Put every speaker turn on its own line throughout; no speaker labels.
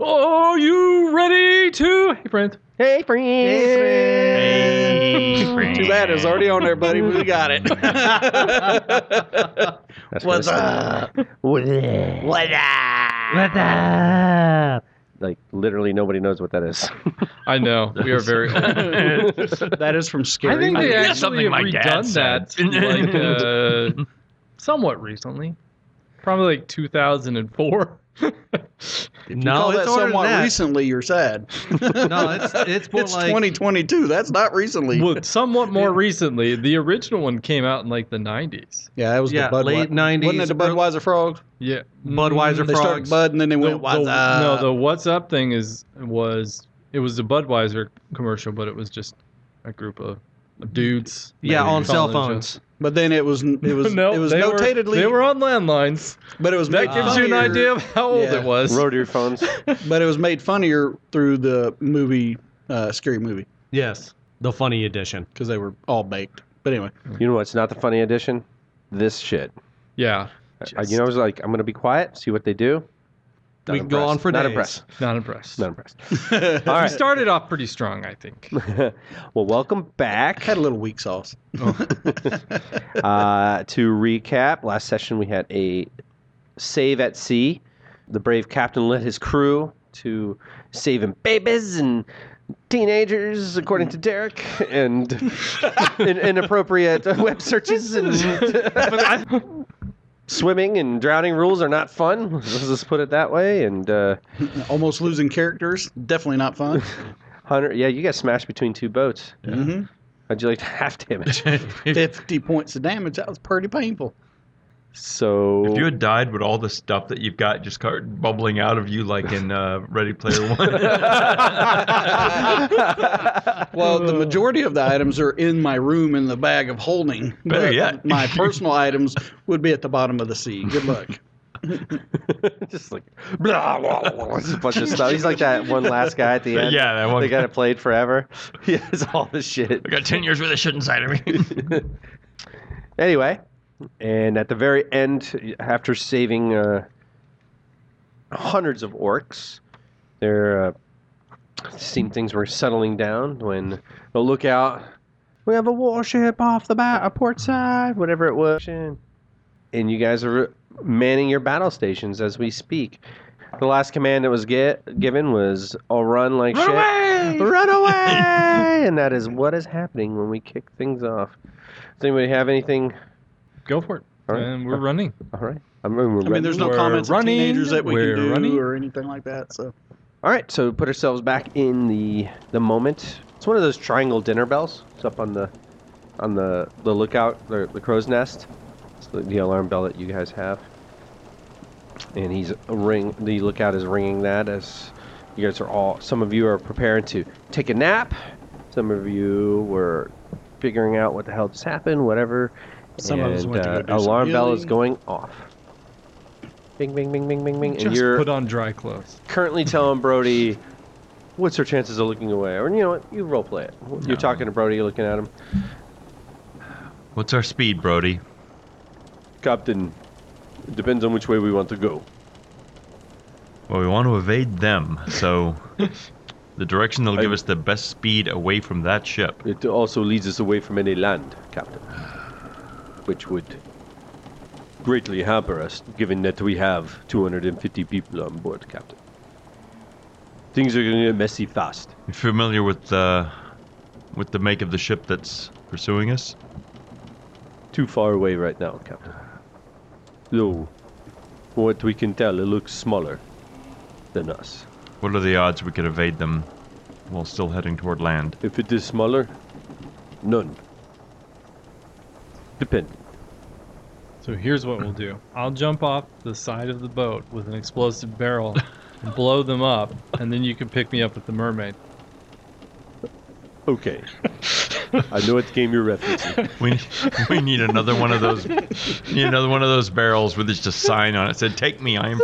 Are you ready to? Hey, friends.
Hey, friend.
Hey,
Too bad it was already on there, buddy. We got it.
That's
What's
what
up?
uh, What up?
What up?
What up? Like literally nobody knows what that is.
I know we are very. Old.
that is from
I
Scary.
think
Movie.
they
think
actually
that's something
have
my dad
redone
said.
that like uh, somewhat recently, probably like 2004.
You call
no, it's
that
older than
somewhat
that.
recently. You're sad.
No, it's it's more
it's
like
2022. That's not recently.
well, somewhat more recently, the original one came out in like the 90s.
yeah, that was
yeah,
the Budweiser.
late 90s,
Wasn't it the
early-
Budweiser frogs?
Yeah,
Budweiser
They started
frogs.
Bud and then they
The-
went
the-
What's up?
No, the "What's Up" thing is was it was a Budweiser commercial, but it was just a group of dudes.
yeah,
Maybe
on
you
cell
call it a-
phones.
But then it was it was
no,
it was
they were-
notatedly.
they were on landlines.
but it was
That
made
gives you an
funnier-
idea of how old
Yeah.
it was.
Road to your phones.
But it was made funnier through the movie, uh, scary movie,
Yes, the funny edition.
because they were all baked. But anyway,
You know what's not the funny edition? This shit.
Yeah,
I, you know, I was like, I'm gonna be quiet, see what they do. Not
we can go
impressed.
on for
Not
days.
impressed.
not impressed.
Not impressed.
I
All
We
right.
started off pretty strong, I think.
well, welcome back.
had a little weak sauce.
Uh, to recap, last session we had a save at sea. The brave captain led his crew to saving babies and teenagers, according to Derek, and in, inappropriate web searches and swimming and drowning rules are not fun. Let's just put it that way. And uh,
Almost losing characters, definitely not fun.
Hunter, yeah, you got smashed between two boats.
Mhm.
How'd you like to half damage?
Fifty points of damage. That was pretty painful.
So
If you had died with all the stuff that you've got just started bubbling out of you, like in uh, Ready Player One,
Well, the majority of the items are in my room in the bag of holding.
Better
but
yet.
my personal items would be at the bottom of the sea. Good luck.
just like blah, blah, blah, blah, just a bunch of stuff. He's like that one last guy at the end.
yeah, that one.
They got it played forever. He has all this shit.
I got ten years worth of shit inside of me.
Anyway, and at the very end, after saving uh, hundreds of orcs, there uh, seemed things were settling down when the lookout. We have a warship off the bat, a port side, whatever it was. And you guys are manning your battle stations as we speak. The last command that was get, given was, "Oh, run like shit." Run away! and that is what is happening when we kick things off. Does anybody have anything?
Go for it.
All right.
And we're running.
All right. I mean, we're
I mean, there's no
We're
comments of
running,
teenagers that we
we're
can do
running.
or anything like that. So
All right, so we put ourselves back in the the moment. It's one of those triangle dinner bells. It's up on the on the the lookout, the, the crow's nest. It's the, the alarm bell that you guys have. And he's ring. The lookout is ringing that as you guys are all. Some of you are preparing to take a nap. Some of you were figuring out what the hell just happened. Whatever.
Some of
and, uh,
us went to go do some
alarm bell is
healing.
going off. Bing, bing, bing, bing, bing, bing. and
Just
you're
put on dry clothes.
currently telling Brody what's her chances of looking away, or you know what, you role play it. You're talking to Brody, you're looking at him.
What's our speed, Brody?
Captain, it depends on which way we want to go.
Well, we want to evade them, so the direction that'll give us the best speed away from that ship.
It also leads us away from any land, Captain, which would greatly hamper us, given that we have 250 people on board, Captain. Things are going to get messy fast.
You familiar with the with the make of the ship that's pursuing us?
Too far away right now, Captain. Though, from what we can tell, it looks smaller than us.
What are the odds we could evade them while still heading toward land?
If it is smaller, none. Depend.
So here's what we'll do. I'll jump off the side of the boat with an explosive barrel and blow them up, and then you can pick me up with the mermaid.
Okay. I know what game you're referencing.
We we need another one of those need another one of those barrels with just a sign on it said "Take me, I am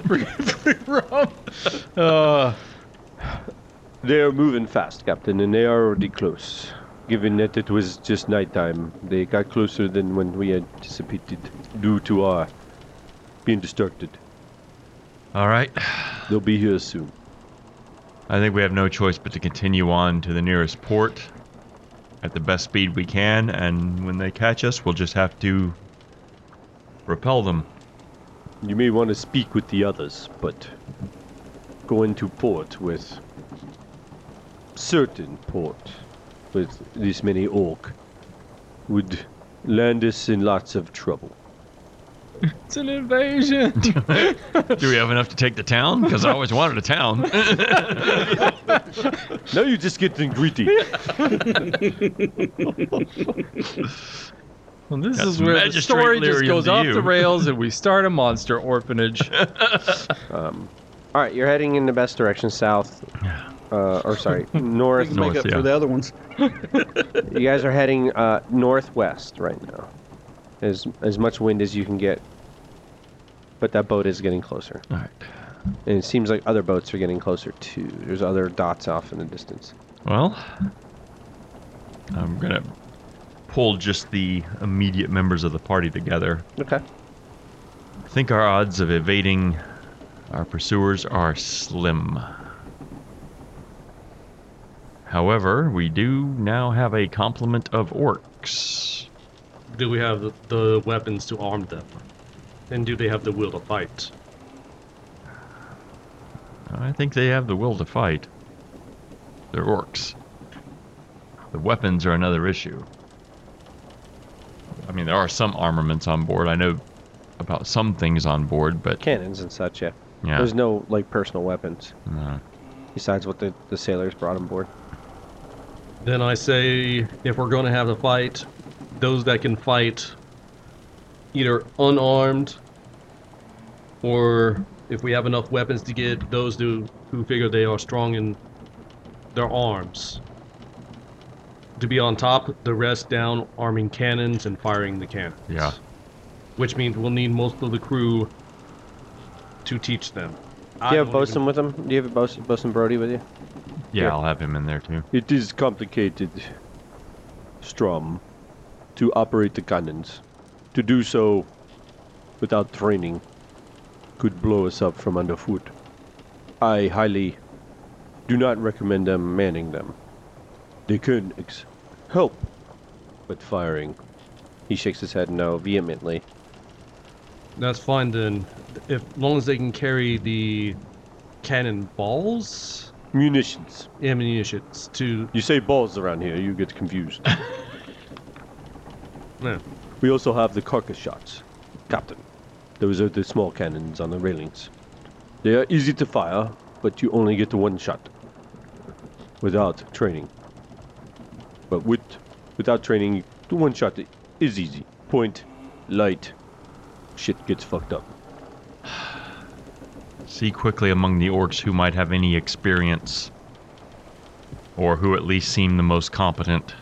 free rum."
Uh,
They are moving fast, Captain, and they are already close. Given that it was just nighttime, they got closer than when we anticipated due to our being distracted.
All right.
They'll be here soon.
I think we have no choice but to continue on to the nearest port at the best speed we can, and when they catch us, we'll just have to repel them.
You may want to speak with the others, but go into port with certain port with this many orc would land us in lots of trouble.
It's an invasion.
Do we have enough to take the town? Because I always wanted a town.
Now you just get greedy.
Well, this
That's
is where the
magistrate
story just
lyrium
goes
to
off
you.
the rails and we start a monster orphanage.
All right, you're heading in the best direction, south, uh, or sorry,
We
north.
can make
North,
up
yeah.
for the other ones.
You guys are heading uh, northwest right now, as as much wind as you can get. But that boat is getting closer,
All right.
and it seems like other boats are getting closer too. There's other dots off in the distance.
Well, I'm gonna pull just the immediate members of the party together.
Okay.
I think our odds of evading our pursuers are slim. However, we do now have a complement of orcs.
Do we have the, the weapons to arm them? And do they have the will to fight?
I think they have the will to fight. They're orcs. The weapons are another issue. I mean, there are some armaments on board. I know about some things on board, but
Cannons and such, yeah.
yeah. uh,
There's no like personal weapons
no.
besides what the, the sailors brought on board.
Then I say, if we're going to have a fight, those that can fight, either unarmed, or if we have enough weapons to get those who, who figure they are strong in their arms, to be on top, the rest down, arming cannons and firing the cannons.
Yeah.
Which means we'll need most of the crew to teach them.
Do you have bosun with them? Do you have bosun, bosun Brody with you?
yeah, I'll have him in there too.
It is complicated, Strom, to operate the cannons. To do so without training could blow us up from underfoot. I highly do not recommend them manning them. They can ex- help, but firing. He shakes his head no vehemently.
That's fine then. If as long as they can carry the cannon balls,
Munitions.
ammunition to
You say balls around here, you get confused.
no,
We also have the carcass shots, Captain. Those are the small cannons on the railings. They are easy to fire, but you only get one shot. Without training. But with, without training, the one shot is easy. Point, light, shit gets fucked up.
See quickly among the orcs who might have any experience, or who at least seem the most competent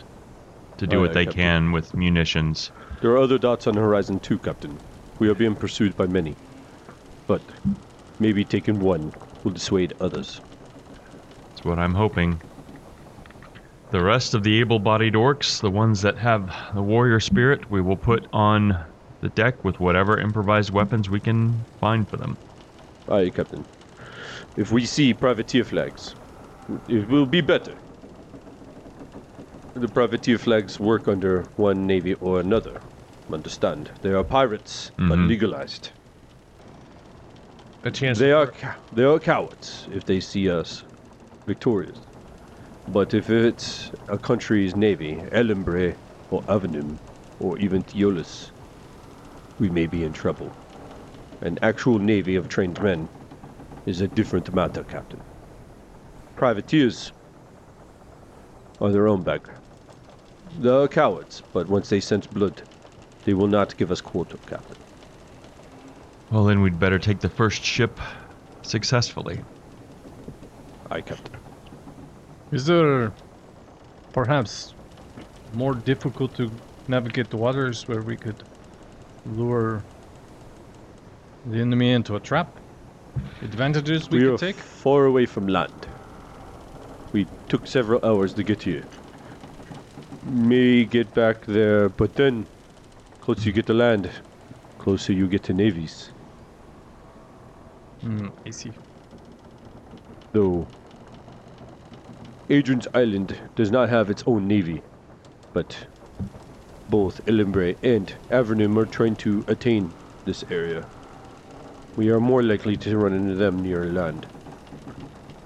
to do
Aye,
what
aye,
they
Captain.
can with munitions.
There are other dots on the horizon too, Captain. We are being pursued by many. But maybe taking one will dissuade others.
That's what I'm hoping. The rest of the able bodied orcs, the ones that have the warrior spirit, we will put on the deck with whatever improvised weapons we can find for them.
Aye, Captain. If we see privateer flags, it will be better. The privateer flags work under one navy or another. Understand? They are pirates, but
Mhm.
legalized.
a chance.
They are cow- they are cowards if they see us victorious. But if it's a country's navy, Elimbre or Avenum or even Theolis, we may be in trouble. An actual navy of trained men is a different matter, Captain. Privateers are their own bag. They are cowards, but once they sense blood, they will not give us quarter, Captain.
Well, then we'd better take the first ship successfully.
Aye, Captain.
Is there perhaps more difficult to navigate the waters where we could lure the enemy into a trap? Advantages we,
we
could
are
take?
far away from land. We took several hours to get here. May get back there, but then, closer you get to land, closer you get to navies.
Mm, I see.
Though Adrian's Island does not have its own navy, but both Elimbre and Avernum are trying to attain this area. We are more likely to run into them near land.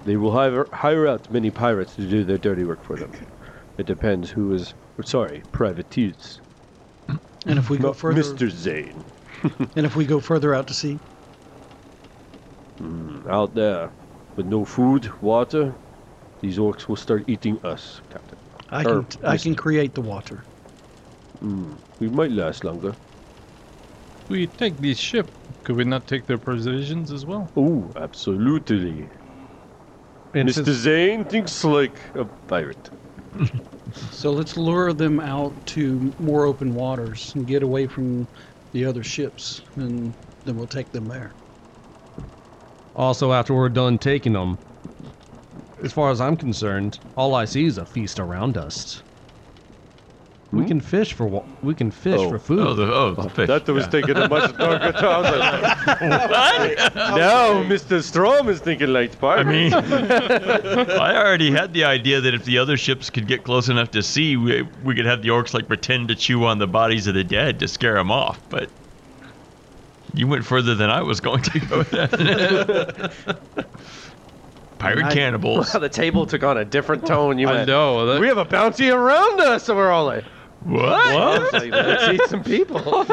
They will hire, hire out many pirates to do their dirty work for them. It depends who is, sorry, privateers.
And if we go
Not
further,
Mr. Zane.
and if we go further out to sea,
Out there, with no food, water, these orcs will start eating us, Captain.
I
Or
can t- I can create the water.
We might last longer.
We take this ship. Could we not take their provisions as well?
Oh, absolutely.
And
Mr. Zane thinks like a pirate.
So let's lure them out to more open waters and get away from the other ships, and then we'll take them there.
Also, after we're done taking them, as far as I'm concerned, all I see is a feast around us. We can fish for wa- we can fish
Hmm? Oh.
for food.
Oh, the, oh, the fish.
That was
yeah.
taking a much longer time. now Mr. Strom is thinking like
I
pirate.
mean, I already had the idea that if the other ships could get close enough to see, we, we could have the orcs like pretend to chew on the bodies of the dead to scare them off. But you went further than I was going to go with that. Pirate cannibals.
the table took on a different tone. You
I know. That,
we have a bounty around us, and we're all like,
What?
let's eat some people.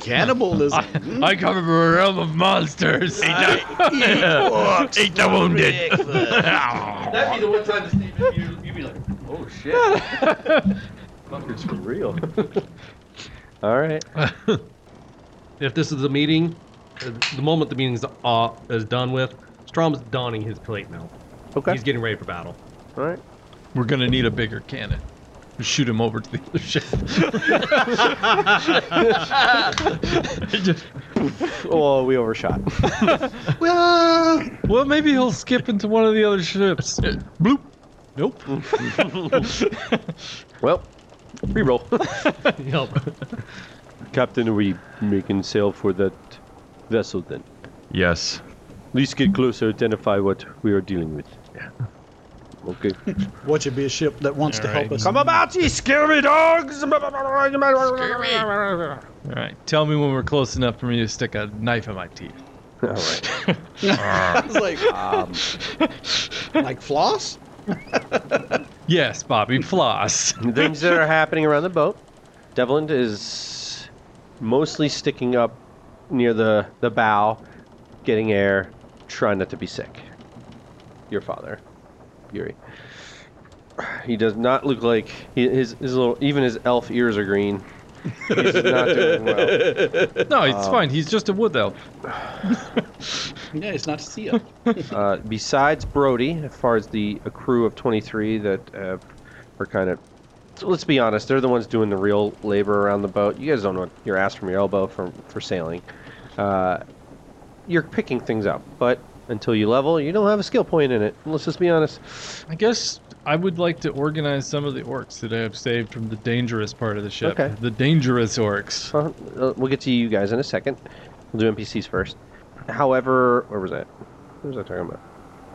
Cannibalism.
I come from a realm of monsters.
Eat the wounded.
That'd be the one time Steve, you'd be like, oh shit.
Fuckers for real. all right.
if this is a meeting, uh, the moment the meeting's uh, is done with, Strom's donning his plate now.
Okay.
He's getting ready for battle.
all right.
We're gonna need a bigger cannon. Shoot him over to the other ship.
Oh, we overshot.
well, well, maybe he'll skip into one of the other ships. Bloop. Nope.
Well, reroll.
Yep.
Captain, are we making sail for that vessel then?
Yes.
At least get closer, identify what we are dealing with. Okay.
What should be a ship that wants to help us?
about, you scary dogs!
All right. Tell me when we're close enough for me to stick a knife in my teeth.
All right.
It's like, like floss?
Yes, Bobby. Floss.
Things that are happening around the boat. Devlin is mostly sticking up near the, the bow, getting air, trying not to be sick. Your father, Yuri. He does not look like he, his his little even his elf ears are green. He's not doing well.
No, it's
Oh.
fine. He's just a wood elf.
Yeah, it's not a seal.
Uh, besides Brody, as far as the a crew of 23 that uh, are kind of, so let's be honest, they're the ones doing the real labor around the boat. You guys don't know your ass from your elbow for, for sailing. Uh, you're picking things up, but until you level, you don't have a skill point in it. Let's just be honest.
I guess I would like to organize some of the orcs that I have saved from the dangerous part of the ship.
Okay.
The dangerous orcs.
Uh, uh, we'll get to you guys in a second. We'll do NPCs first. However, where was that? What was I talking about?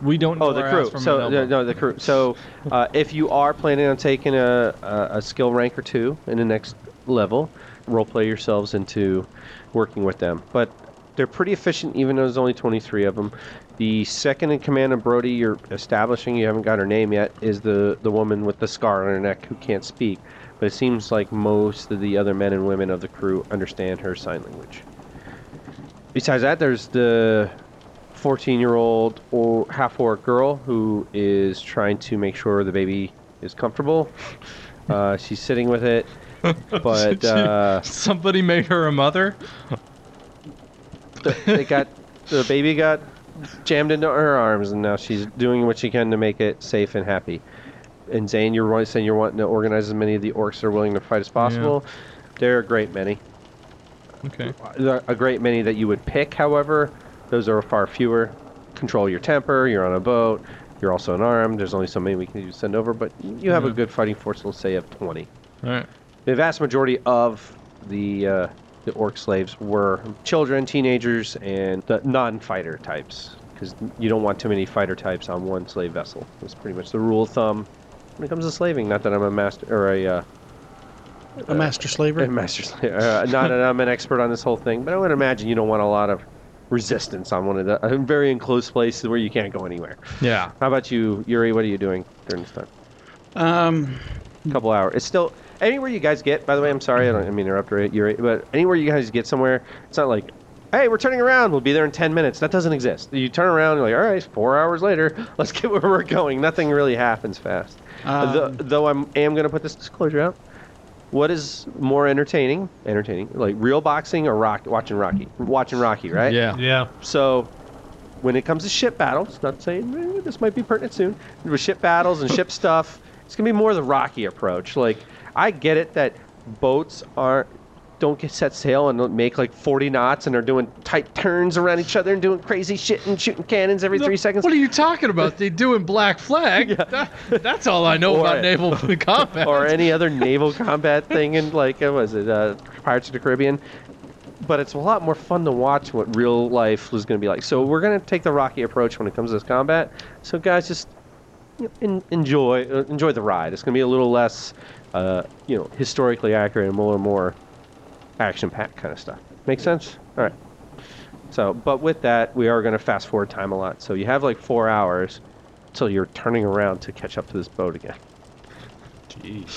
We don't.
Oh,
know
the
our ass
crew.
from
So
an
uh,
elbow.
no, the crew. So uh, if you are planning on taking a, a, a skill rank or two in the next level, roleplay yourselves into working with them. But they're pretty efficient, even though there's only 23 of them. The second in command of Brody, you're establishing. You haven't got her name yet. Is the the woman with the scar on her neck who can't speak? But it seems like most of the other men and women of the crew understand her sign language. Besides that, there's the 14 year old or half orc girl who is trying to make sure the baby is comfortable. Uh, she's sitting with it, but uh,
Somebody made her a mother.
they got the baby got jammed into her arms, and now she's doing what she can to make it safe and happy. And Zane, you're wa- saying you're wanting to organize as many of the orcs that are willing to fight as possible. There are a great many.
Okay.
There are a great many that you would pick, however. Those are far fewer. Control your temper, you're on a boat, you're also unarmed, there's only so many we can send over, but you have a
Yeah.
good fighting force, let's say, of 20.
All right.
The vast majority of the uh, the orc slaves were children, teenagers, and the non-fighter types, because you don't want too many fighter types on one slave vessel. That's pretty much the rule of thumb when it comes to slaving. Not that I'm a master or a uh,
A master slaver?
a master slayer. Uh, not that I'm an expert on this whole thing, but I would imagine you don't want a lot of resistance on one of the a very enclosed places where you can't go anywhere.
Yeah.
How about you, Yuri? What are you doing during this time?
Um,
couple hours. It's still anywhere you guys get. By the way, I'm sorry, I don't I mean to interrupt you, you're right, but anywhere you guys get somewhere, it's not like, hey, we're turning around. We'll be there in ten minutes. That doesn't exist. You turn around, you're like, all right, four hours later, let's get where we're going. Nothing really happens fast.
Um,
Th- though I'm am going to put this disclosure out. What is more entertaining? Entertaining, like real boxing or rock watching Rocky, watching Rocky, right?
Yeah.
Yeah.
So, when it comes to ship battles, not saying eh, this might be pertinent soon, with ship battles and ship stuff, it's gonna be more the Rocky approach. Like, I get it that boats aren't don't get set sail and don't make like 40 knots and are doing tight turns around each other and doing crazy shit and shooting cannons every three seconds.
What are you talking about? They doing Black Flag? That- that's all I know
Or-
about naval combat.
or any other naval combat thing in like uh, was it uh, Pirates of the Caribbean? But it's a lot more fun to watch what real life was going to be like. So we're going to take the rocky approach when it comes to this combat. So guys, just you know, en- enjoy uh, enjoy the ride. It's going to be a little less, uh, you know, historically accurate and more and more action packed kind of stuff. Make sense? All right. So, but with that, we are going to fast forward time a lot. So you have like four hours till you're turning around to catch up to this boat again.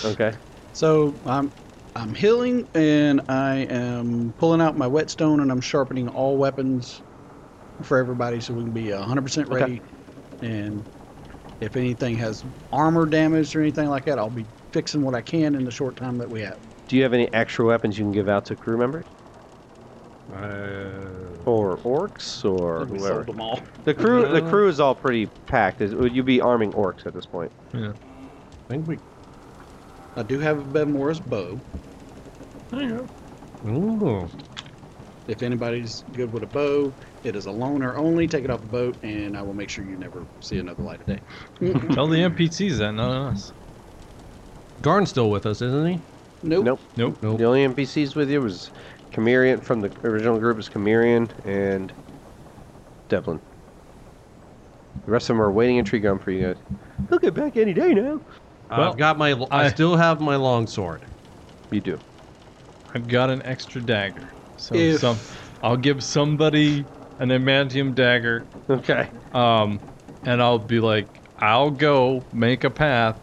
Okay.
so,
I'm I'm healing and I am pulling out my whetstone and I'm sharpening all weapons for everybody so we can be 100% ready. And if anything has armor damage or anything like that, I'll be fixing what I can in the short time that we have.
Do you have any extra weapons you can give out to crew members?
Uh,
Or orcs or
We sold
whoever?
them all.
The crew the crew is all pretty packed. Is, would you be arming orcs at this point?
I think we.
I do have a Bevmore's bow.
Ooh.
If anybody's good with a bow, it is a loner only. Take it off the boat, and I will make sure you never see another light of day.
Tell the NPCs that, not us.
Garn's still with us, isn't he?
Nope.
Nope.
Nope.
The only NPCs with you was Chimerian from the original group is Chimerian and Devlin. The rest of them are waiting in tree gum for you guys. They'll get back any day now.
Well,
I've got my. I,
I-
still have my longsword.
You do.
I've got an extra dagger. So
If-
some, I'll give somebody an adamantium dagger,
Okay.
um, and I'll be like, I'll go make a path,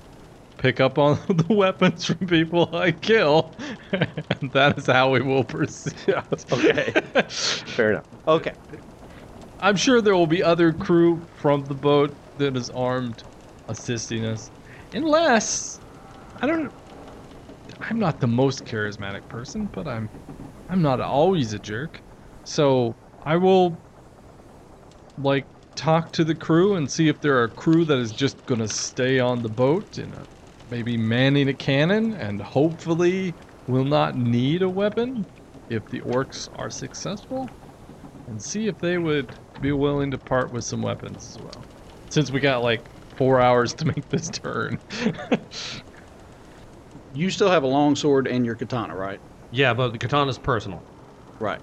pick up on the weapons from people I kill, and that is how we will proceed.
Okay. Fair enough. Okay.
I'm sure there will be other crew from the boat that is armed assisting us. Unless I don't I'm not the most charismatic person, but I'm I'm not always a jerk. So I will like talk to the crew and see if there are crew that is just gonna stay on the boat and uh, maybe manning a cannon and hopefully will not need a weapon if the orcs are successful and see if they would be willing to part with some weapons as well. Since we got like four hours to make this turn.
You still have a longsword and your katana, right?
Yeah, but the katana's personal.
Right.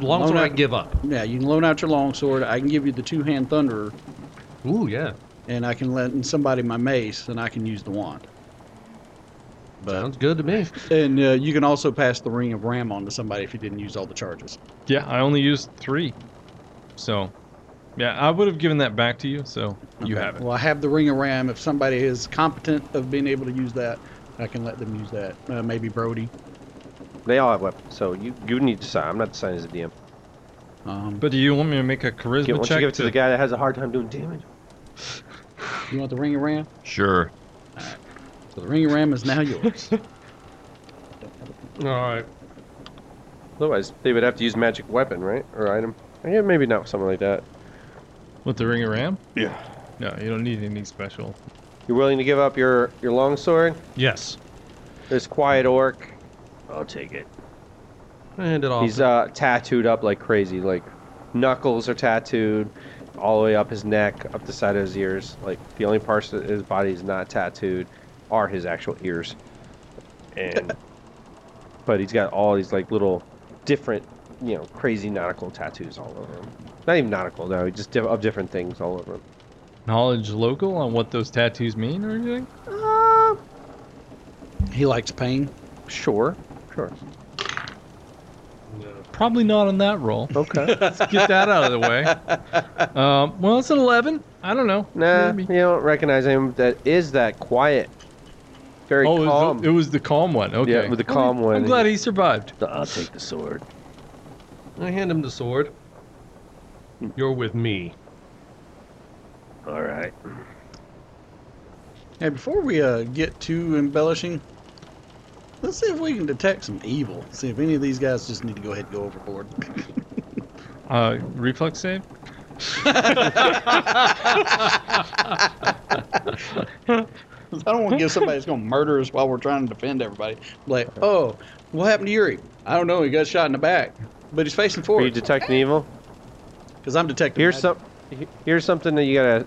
Longsword I
Longer-
can give up.
Yeah, you can loan out your longsword. I can give you the two hand thunderer,
Ooh, yeah.
and I can lend somebody my mace, and I can use the wand.
Sounds good to me.
And uh, you can also pass the ring of ram on to somebody if you didn't use all the charges.
yeah, I only used three. So, yeah, I would have given that back to you, so you
Okay.
have it.
Well, I have the ring of ram. If somebody is competent of being able to use that, I can let them use that. Uh, maybe Brody.
They all have weapons, so you you need to sign. I'm not signing as a DM.
Um,
But do you want me to make a charisma
Get, once you
check?
give it to the guy that has a hard time doing damage.
you want the ring of ram?
Sure.
So the ring of ram is now yours.
All right.
Otherwise, they would have to use magic weapon, right? Or item. Yeah, maybe not something like that.
With the ring of ram? Yeah. No, you don't need anything special.
You're willing to give up your your longsword?
Yes.
This quiet orc. I'll take it.
And it off.
He's uh, tattooed up like crazy. Like knuckles are tattooed all the way up his neck, up the side of his ears. Like the only parts of his body is not tattooed are his actual ears. And but he's got all these like little different, you know, crazy nautical tattoos all over him. Not even nautical, no, just di- of different things all over him.
Knowledge local on what those tattoos mean or anything?
Uh,
He likes pain.
sure, sure.
Probably not on that roll.
Okay.
Let's get that out of the way. Um, well, it's an 11. I don't know.
nah,
Maybe.
you don't recognize him. That is that quiet, very
Oh, it was the-
calm.
It, was the, calm one. Okay.
Yeah, with the calm
I'm
one.
I'm glad he survived.
I'll take the sword.
I hand him the sword. You're with me.
All right.
Hey, before we uh, get too embellishing, let's see if we can detect some evil. See if any of these guys just need to go ahead and go overboard.
Uh, reflex save?
I don't want to give somebody that's going to murder us while we're trying to defend everybody. Like, oh, what happened to Yuri? I don't know. He got shot in the back, but he's facing
Are you
forward
detecting evil?
because I'm detecting.
Here's
magic.
some. he- Here's something that you gotta.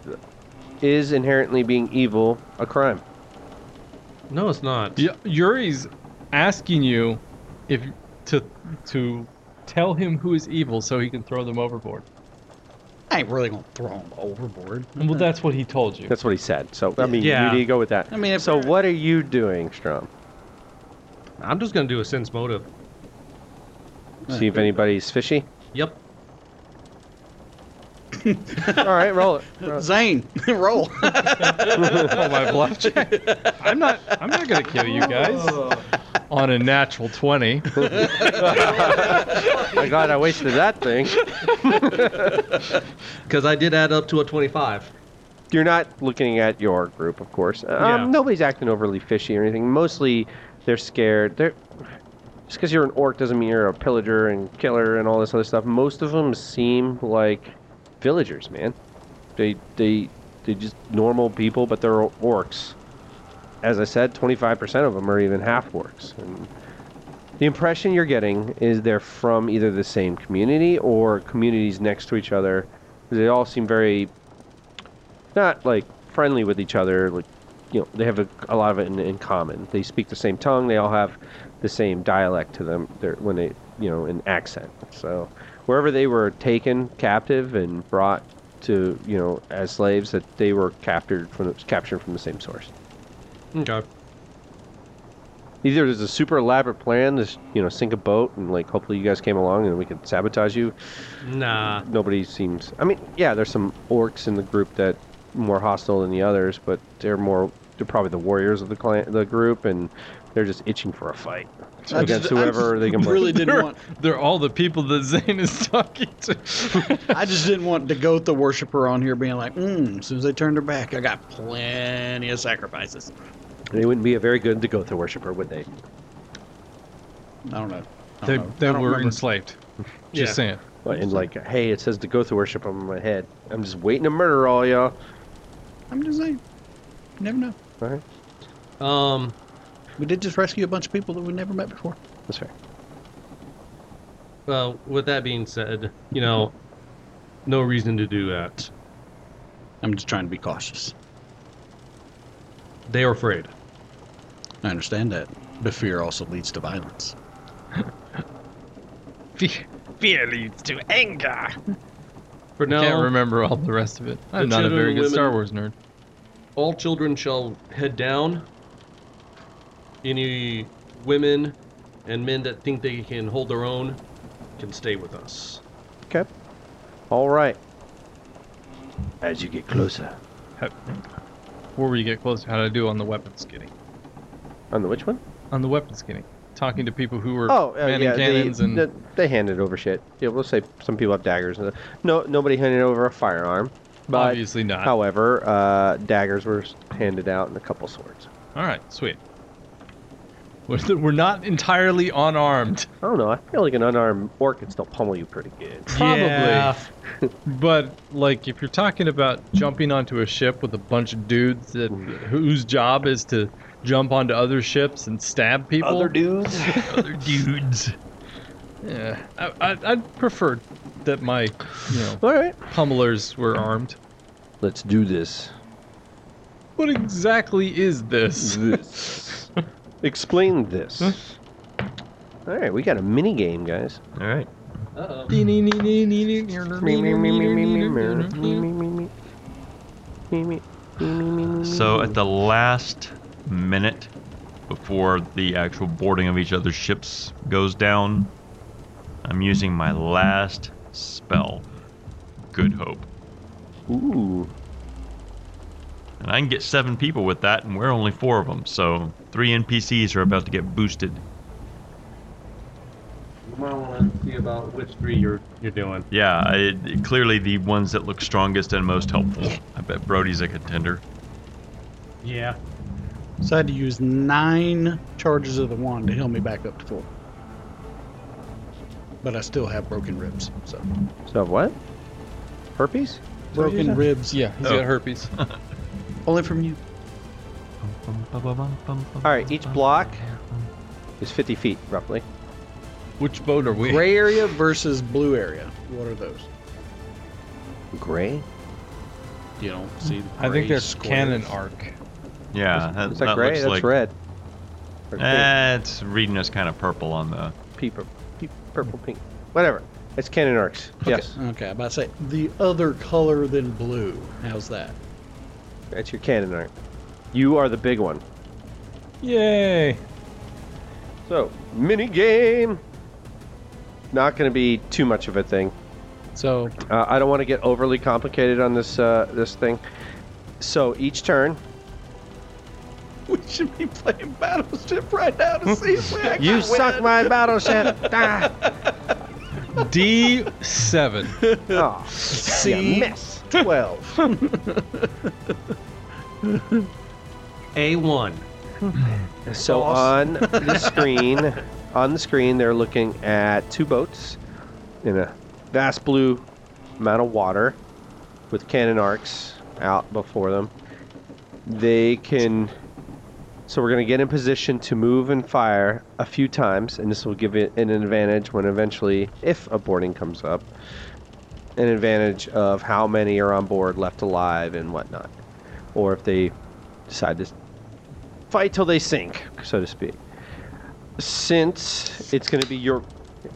Is inherently being evil a crime?
No, it's not.
Y- Yuri's asking you if to to tell him who is evil so he can throw them overboard.
I ain't really going to throw him overboard.
Well, that's what he told you.
That's what he said. So I mean,
Yeah.
you need to go with that.
I mean, if
so
we're-
what are you doing, Strom?
I'm just gonna do a sense motive.
See if anybody's fishy.
Yep.
All right, roll it. Roll it.
Zane, roll.
oh my blackjack! I'm not. I'm not gonna kill you guys on a natural twenty.
My God, I wasted that thing.
Because I did add up to a 25.
You're not looking at your group, of course. Um,
Yeah.
Nobody's acting overly fishy or anything. Mostly, they're scared. They're just because you're an orc doesn't mean you're a pillager and killer and all this other stuff. Most of them seem like villagers, man. They they they just normal people, but they're orcs. As I said, 25% of them are even half orcs. And the impression you're getting is they're from either the same community or communities next to each other. They all seem very not like friendly with each other. Like, you know, they have a, a lot of it in, in common. They speak the same tongue. They all have the same dialect to them. Their, when they, you know, an accent. So, wherever they were taken captive and brought to, you know, as slaves, that they were captured from captured from the same source.
Okay.
Either there's a super elaborate plan to, you know, sink a boat and like hopefully you guys came along and we could sabotage you,
Nah.
nobody seems. I mean, yeah, there's some orcs in the group that more hostile than the others, but they're more. They're probably the warriors of the clan, the group, and they're just itching for a fight
I
against
just- I
whoever
just
they can.
Really didn't want.
They're all the people that Zane is talking to.
I just didn't want to go the worshiper on here being like, mm, as soon as they turned their back, I got plenty of sacrifices.
They wouldn't be a very good to go to worshiper, would they?
I don't know. I
they
don't know.
they
I
were
don't remember.
enslaved.
Yeah.
Just saying.
And like, hey, it says to go to worship on my head. I'm just waiting to murder all y'all.
I'm just saying. You never know.
All right,
Um.
We did just rescue a bunch of people that we never met before.
that's fair.
Well, with that being said, you know, no reason to do that.
I'm just trying to be cautious.
They are afraid.
I understand that. But fear also leads to violence.
I
For
can't
now,
remember all the rest of it. I'm
The
not a
children
very
and
good Star
women-
Wars nerd.
all children shall head down. Any women and men that think they can hold their own can stay with us.
Okay. All right. As you get closer,
Before we get closer, how to do on the weapon skinning?
on the which one?
On the weapon skinning, talking to people who were
Oh, uh,
manning
yeah,
cannons
they,
and
they, they handed over shit. Yeah, we'll say some people have daggers. and- No, nobody handed over a firearm. But
obviously not.
however, uh, daggers were handed out and a couple swords.
All right, sweet. We're, we're not entirely unarmed,
I don't know. I feel like an unarmed orc can still pummel you pretty good.
probably. But like, if you're talking about jumping onto a ship with a bunch of dudes that whose job is to jump onto other ships and stab people,
dudes.
other dudes. Yeah, I, I, I'd prefer that my you know
All right,
pummelers were armed.
let's do this.
What exactly is this?
This. Explain this. All right, we got a mini game, guys.
All right.
Uh-oh.
So
So at the last minute before the actual boarding of each other's ships goes down, I'm using my last spell, Good Hope.
ooh,
And I can get seven people with that, and we're only four of them, so three NPCs are about to get boosted.
You might want to see about which three you're you're doing.
Yeah, I, clearly the ones that look strongest and most helpful. I bet Brody's a contender.
Yeah.
So I had to use nine charges of the wand to heal me back up to full. But I still have broken ribs. So
so what? Herpes?
broken ribs, yeah.
Yeah, he's
Oh.
got herpes.
Only from you.
All right, each block is 50 feet roughly.
Which boat are we?
Gray area versus blue area. What are those?
Gray?
You don't see. The
I think
gray
there's
squares.
cannon arc.
Yeah, Uh, that,
Is that
that
gray?
looks
That's
like
red. Or
Eh, it's reading us kind of purple on the.
pink, peep- peep- purple, pink, whatever. It's cannon arcs. Yes,
Okay, I'm about to say the other color than blue. How's that?
that's your cannon arc. You are the big one.
Yay!
So mini game. Not going to be too much of a thing.
So
Uh, I don't want to get overly complicated on this uh, this thing. So each turn,
we should be playing Battleship right now to see if we actually
you suck my battleship. ah,
D7.
oh,
See?
you miss. Twelve.
A1.
So on the screen, on the screen, they're looking at two boats in a vast blue amount of water with cannon arcs out before them. They can. So we're going to get in position to move and fire a few times, and this will give it an advantage when eventually, if a boarding comes up, an advantage of how many are on board, left alive, and whatnot. Or if they decide to fight till they sink, so to speak. Since it's going to be your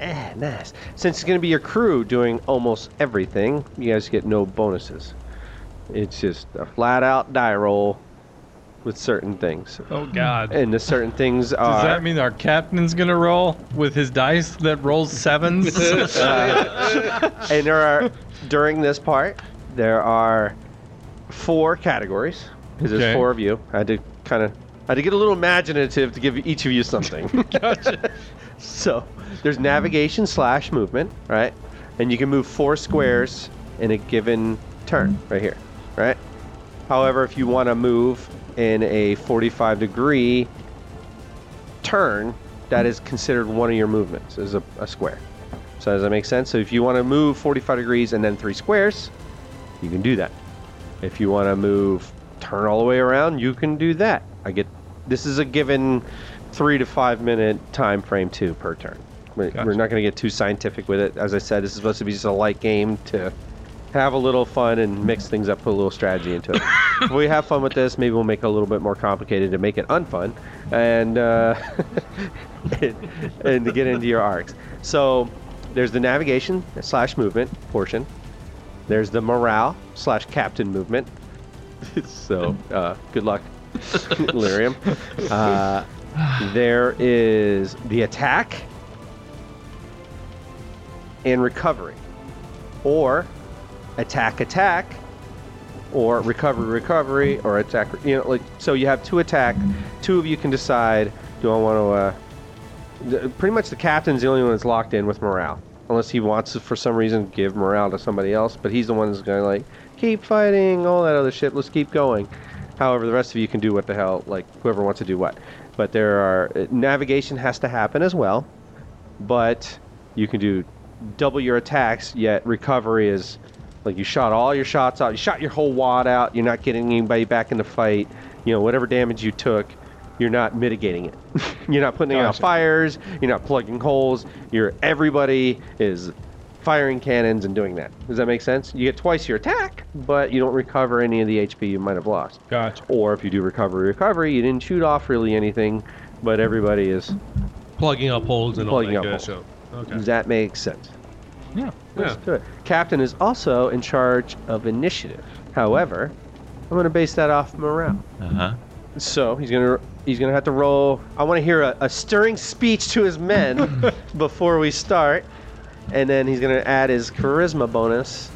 eh, nice. Since it's going to be your crew doing almost everything, you guys get no bonuses. It's just a flat out die roll with certain things,
Oh god.
and the certain things are.
Does that mean our captain's gonna roll with his dice that rolls sevens?
Uh, and there are during this part there are four categories because
Okay.
there's four of you i had to kind of i had to get a little imaginative to give each of you something so there's navigation slash movement right and you can move four squares in a given turn right here right however if you want to move in a 45 degree turn that is considered one of your movements is a, a square so does that make sense? So if you want to move 45 degrees and then three squares, you can do that. If you want to move, turn all the way around, you can do that. I get this is a given three to five minute time frame too per turn. We- We're
Gotcha.
not going to get too scientific with it. As I said, this is supposed to be just a light game to have a little fun and mix things up, put a little strategy into it. if we have fun with this, maybe we'll make it a little bit more complicated to make it unfun, and uh, and, and to get into your arcs. So there's the navigation slash movement portion. There's the morale slash captain movement. so uh, good luck, Lyrium. Uh, there is the attack and recovery, or attack attack or recovery, recovery, or attack. You know, like so you have two attack. Two of you can decide. Do I want to? Uh, th- pretty much the captain's the only one that's locked in with morale, unless he wants to for some reason give morale to somebody else. But he's the one that's going to like keep fighting, all that other shit. Let's keep going. However, the rest of you can do what the hell, like whoever wants to do what. But there are uh, navigation has to happen as well, but you can do double your attacks. Yet recovery is like you shot all your shots out, you shot your whole wad out. You're not getting anybody back in the fight. You know whatever damage you took, you're not mitigating it. you're not putting out
Gotcha.
fires. You're not plugging holes. You're everybody is firing cannons and doing that. Does that make sense? You get twice your attack, but you don't recover any of the HP you might have lost
Gotcha.
or if you do recovery recovery you didn't shoot off really anything but everybody is
plugging up holes and
Plugging
all
up
that good
holes.
stuff. Okay.
Does that make sense?
Yeah.
Let's
Yeah.
do it. Captain is also in charge of initiative. However, I'm going to base that off morale.
Uh huh.
So he's going to he's going to have to roll. I want to hear a, a stirring speech to his men before we start, and then he's going to add his charisma bonus,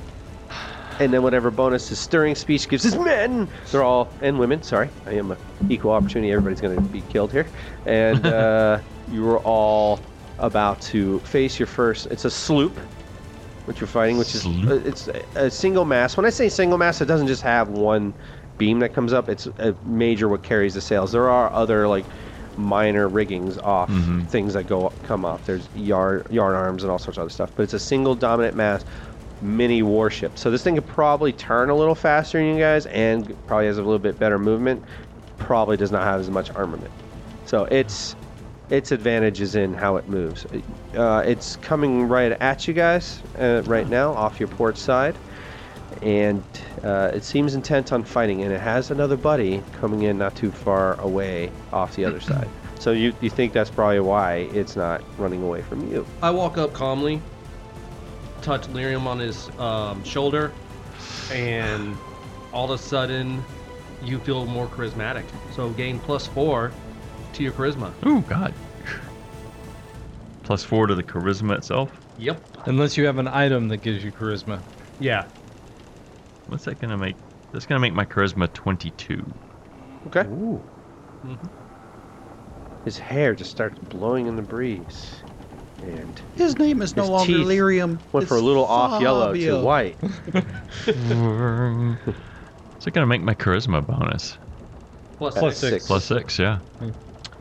and then whatever bonus his stirring speech gives his men. They're all and women. Sorry, I am a equal opportunity. Everybody's going to be killed here, and uh, you are all about to face your first. It's a sloop. Which you're fighting, which is
Sloop.
uh, it's a, a single mast. When I say single mast, it doesn't just have one beam that comes up. It's a major what carries the sails. There are other like minor riggings off
Mhm.
things that go come off. There's yard yarn arms and all sorts of other stuff. But it's a single dominant mast mini warship. So this thing could probably turn a little faster than you guys, and probably has a little bit better movement. Probably does not have as much armament. So it's its advantage is in how it moves. Uh, it's coming right at you guys uh, right now, off your port side, and uh, it seems intent on fighting. And it has another buddy coming in not too far away off the other side. So you, you think that's probably why it's not running away from you?
I walk up calmly, touch Lyrium on his um, shoulder, and all of a sudden, you feel more charismatic. So gain plus four to your charisma.
Ooh, God. Plus four to the charisma itself.
Yep.
Unless you have an item that gives you charisma.
Yeah.
What's that gonna make? That's gonna make my charisma 22.
Okay. Mm-hmm.
Ooh.
His hair just starts blowing in the breeze, and
His name is no
His
longer
teeth
Lyrium.
went
it's
for a little off yellow to
Fabio.
white.
Is it gonna make my charisma bonus?
Plus,
Plus
six.
six.
Plus six, yeah.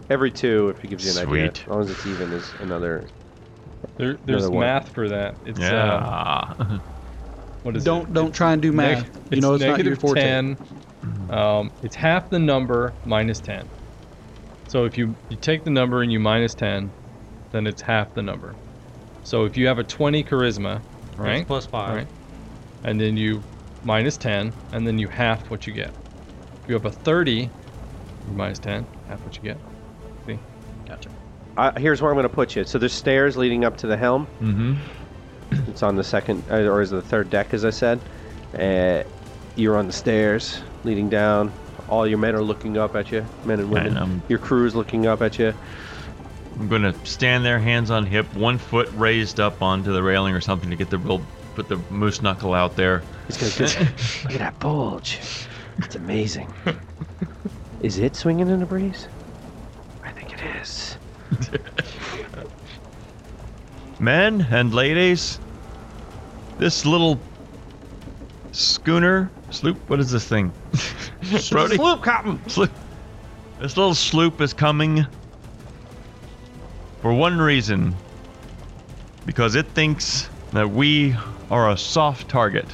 Every two, if it gives you an idea.
Sweet.
As long as it's even, is another.
There, there's
Another one.
math for that. It's uh,
Yeah.
what is
Don't
it?
don't try and do math.
Neg-
you know it's not your
negative
forte.
10. Um, it's half the number minus 10. So if you, you take the number and you minus 10, then it's half the number. So if you have a 20 charisma, right?
It's plus five.
Right. And then you minus 10, and then you half what you get. If you have a 30, you minus 10, half what you get.
Uh, here's where I'm going to put you. So there's stairs leading up to the helm.
mm-hmm.
It's on the second, uh, or is it the third deck, as I said. Uh, you're on the stairs leading down. All your men are looking up at you, men and women.
And, um,
your crew is looking up at you.
I'm gonna stand there, hands on hip, one foot raised up onto the railing or something to get the real, put the moose knuckle out there.
He's going to look at that bulge. It's amazing. is it swinging in the breeze? I think it is.
Men and ladies, this little schooner, sloop, what is this thing? Brody?
Sloop captain.
Sloop. This little sloop is coming for one reason because it thinks that we are a soft target.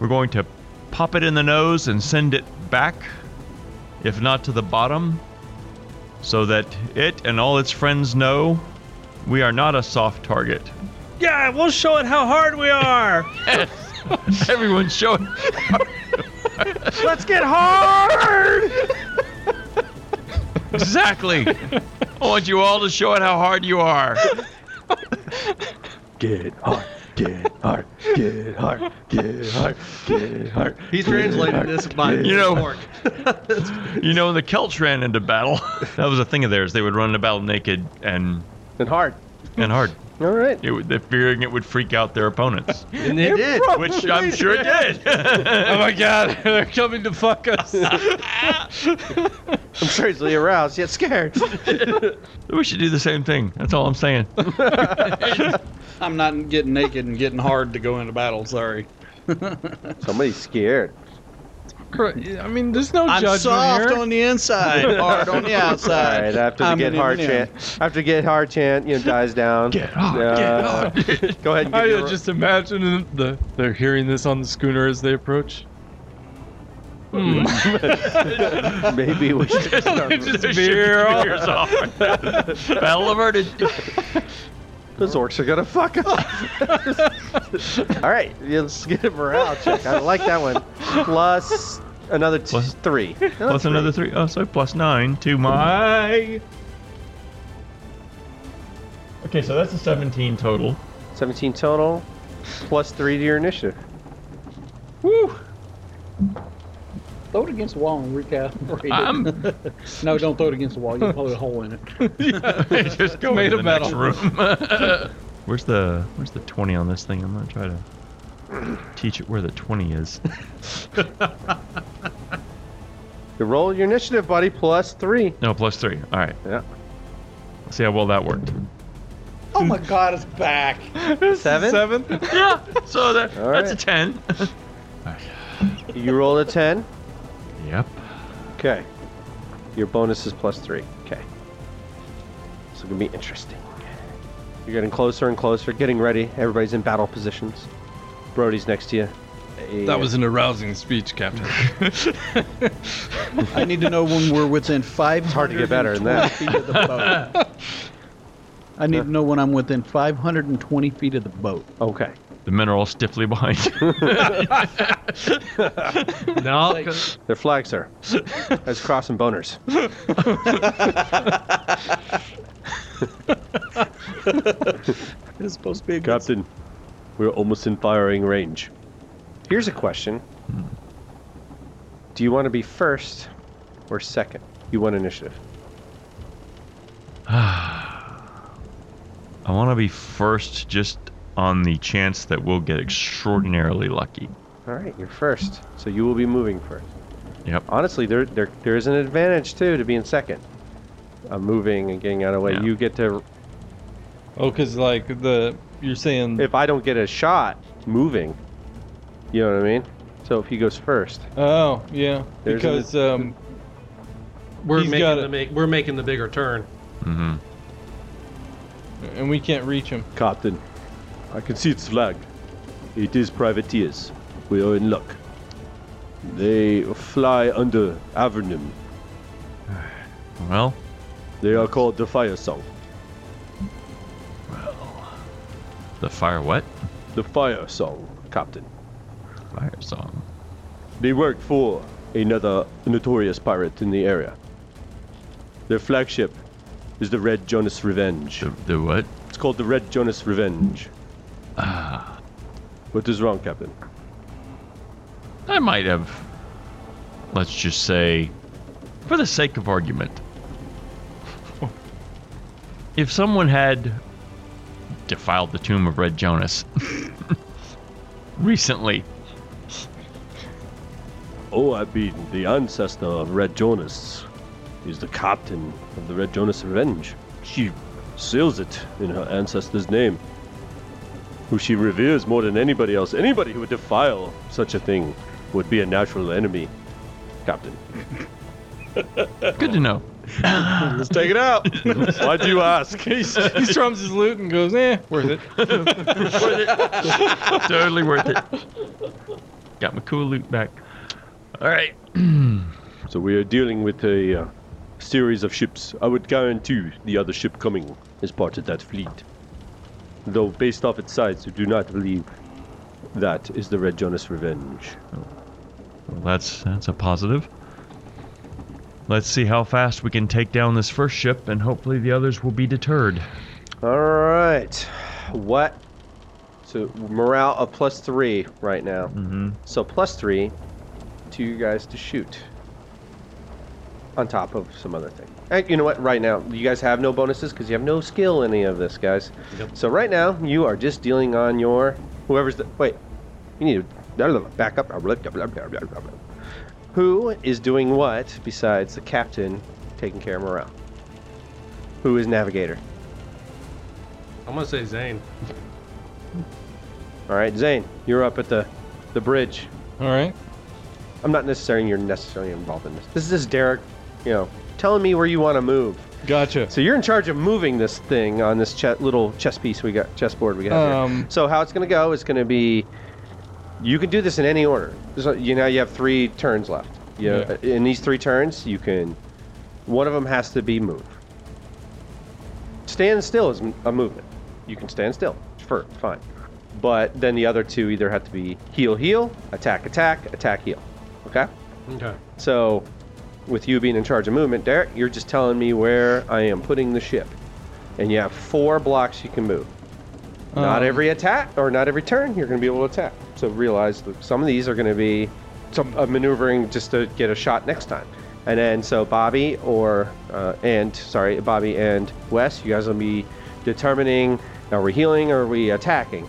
We're going to pop it in the nose and send it back, if not to the bottom, so that it and all its friends know we are not a soft target.
Yeah, we'll show it how hard we are.
Everyone's showing.
Let's get hard.
Exactly. I want you all to show it how hard you are.
Get hard. Get hard. Get hard. Get hard. Get hard.
He's translating this by
You know-
orc.
You know, when the Celts ran into battle, that was a thing of theirs. They would run into battle naked and
And hard.
and hard,
All right.
it would, fearing it would freak out their opponents,
and they did.
which I'm sure it did.
Oh my god, they're coming to fuck us.
I'm strangely aroused yet scared.
we should do the same thing. That's all I'm saying.
I'm not getting naked and getting hard to go into battle. Sorry.
Somebody's scared.
I mean, there's no
I'm
judgment
soft
here.
on the inside, hard on the
All
outside.
right. After the
I'm
get
an
hard
M&M.
chant, after get hard chant, you know, dies down.
Get hard,
Uh,
get hard.
Go ahead and give
I
your,
uh, just imagine the they're hearing this on the schooner as they approach.
Hmm. maybe we should start.
Just
Their
veer off.
spears off. battle averted.
Those orcs are gonna fuck us. All right, yeah, let's get a morale check. I like that one. Plus another t-
Plus-
three.
Plus another three. Oh, so plus nine to my Okay, so that's a 17 total.
17 total, plus three to your initiative.
Woo!
Throw it against the wall and recalibrate it.
I'm-
no, don't throw it against the wall. You'll blow a hole in it.
just go
made
into
of
the
metal.
next room. where's the Where's the 20 on this thing? I'm gonna try to teach it where the 20 is.
You roll your initiative, buddy, plus three.
No, plus three. All right.
Yeah.
Let's see how well that worked.
Oh my god, it's back.
Seven?
Seven?
yeah. So that,
All
that's a
right.
10.
You roll a 10.
yep.
Okay. Your bonus is plus three. Okay. So it's gonna be interesting. You're getting closer and closer, getting ready. Everybody's in battle positions. Brody's next to you.
That was an arousing speech, Captain.
I need to know when we're within five. It's
hard to get better than that.
Feet of the boat. I need to know when I'm within 520 feet of the boat.
okay.
The men are all stiffly behind you.
Now,
Their flags are. That's crossing boners.
It's supposed to be a good
Captain, we're almost in firing range. Here's a question. Do you want to be first or second? You won initiative.
I want to be first just on the chance that we'll get extraordinarily lucky.
All right, you're first, so you will be moving first.
Yep.
Honestly, there there there is an advantage too to being second. Uh, moving and getting out of the way.
Yeah.
You get to
oh, because, like, the. You're saying.
if I don't get a shot, moving. You know what I mean? So if he goes first,
oh, yeah.
There's an-
Because, um.
we're
He's
making
got
the
it.
make, we're making the bigger turn.
Mm-hmm.
And we can't reach him.
Captain, I can see its flag. It is privateers. We are in luck. They fly under Avernum.
Well,
They are called the Fire Song.
the fire what?
The Fire Song, Captain.
Fire song.
They work for another notorious pirate in the area. Their flagship is the Red Jonas Revenge.
The, the what?
It's called the Red Jonas Revenge.
Ah,
What is wrong, Captain?
I might have, let's just say, for the sake of argument, if someone had defiled the tomb of Red Jonas recently,
Oh, I mean, the ancestor of Red Jonas is the captain of the Red Jonas Revenge. She seals it in her ancestor's name, who she reveres more than anybody else. Anybody who would defile such a thing would be a natural enemy, Captain.
good to know.
Let's take it out. Why do you ask?
He strums his loot and goes, eh, worth it.
totally worth it. Got my cool loot back. All right.
So we are dealing with a uh, series of ships. I would guarantee the other ship coming is part of that fleet. Though based off its size, I do not believe that is the Red Jonas Revenge.
Well, that's that's a positive. Let's see how fast we can take down this first ship, and hopefully the others will be deterred.
All right. What? So morale of plus three right now.
Mm-hmm.
So plus three to you guys to shoot. On top of some other thing. And you know what? Right now, you guys have no bonuses because you have no skill in any of this, guys.
Yep.
So right now, you are just dealing on your whoever's the wait. You need to back up. Who is doing what besides the captain taking care of morale? Who is navigator?
I'm gonna say Zane.
All right, Zane, you're up at the the bridge.
All right.
I'm not necessarily you're necessarily involved in this. This is Derek, you know, telling me where you want to move.
Gotcha.
So you're in charge of moving this thing on this che- little chess piece we got, chessboard we got here.
Um,
So how it's gonna go is gonna be, you can do this in any order. So you know you have three turns left. You
Yeah.
in these three turns you can, one of them has to be move. Stand still is m- a movement. You can stand still. Sure, fine. But then the other two either have to be heal, heal, attack, attack, attack, heal. Okay.
Okay.
So, with you being in charge of movement, Derek, you're just telling me where I am putting the ship. and you have four blocks you can move. not
Um,
every attack or not every turn you're going to be able to attack. So realize that some of these are going to be some uh, maneuvering just to get a shot next time. And then so Bobby or uh, and sorry Bobby and Wes, you guys will be determining are we healing or are we attacking.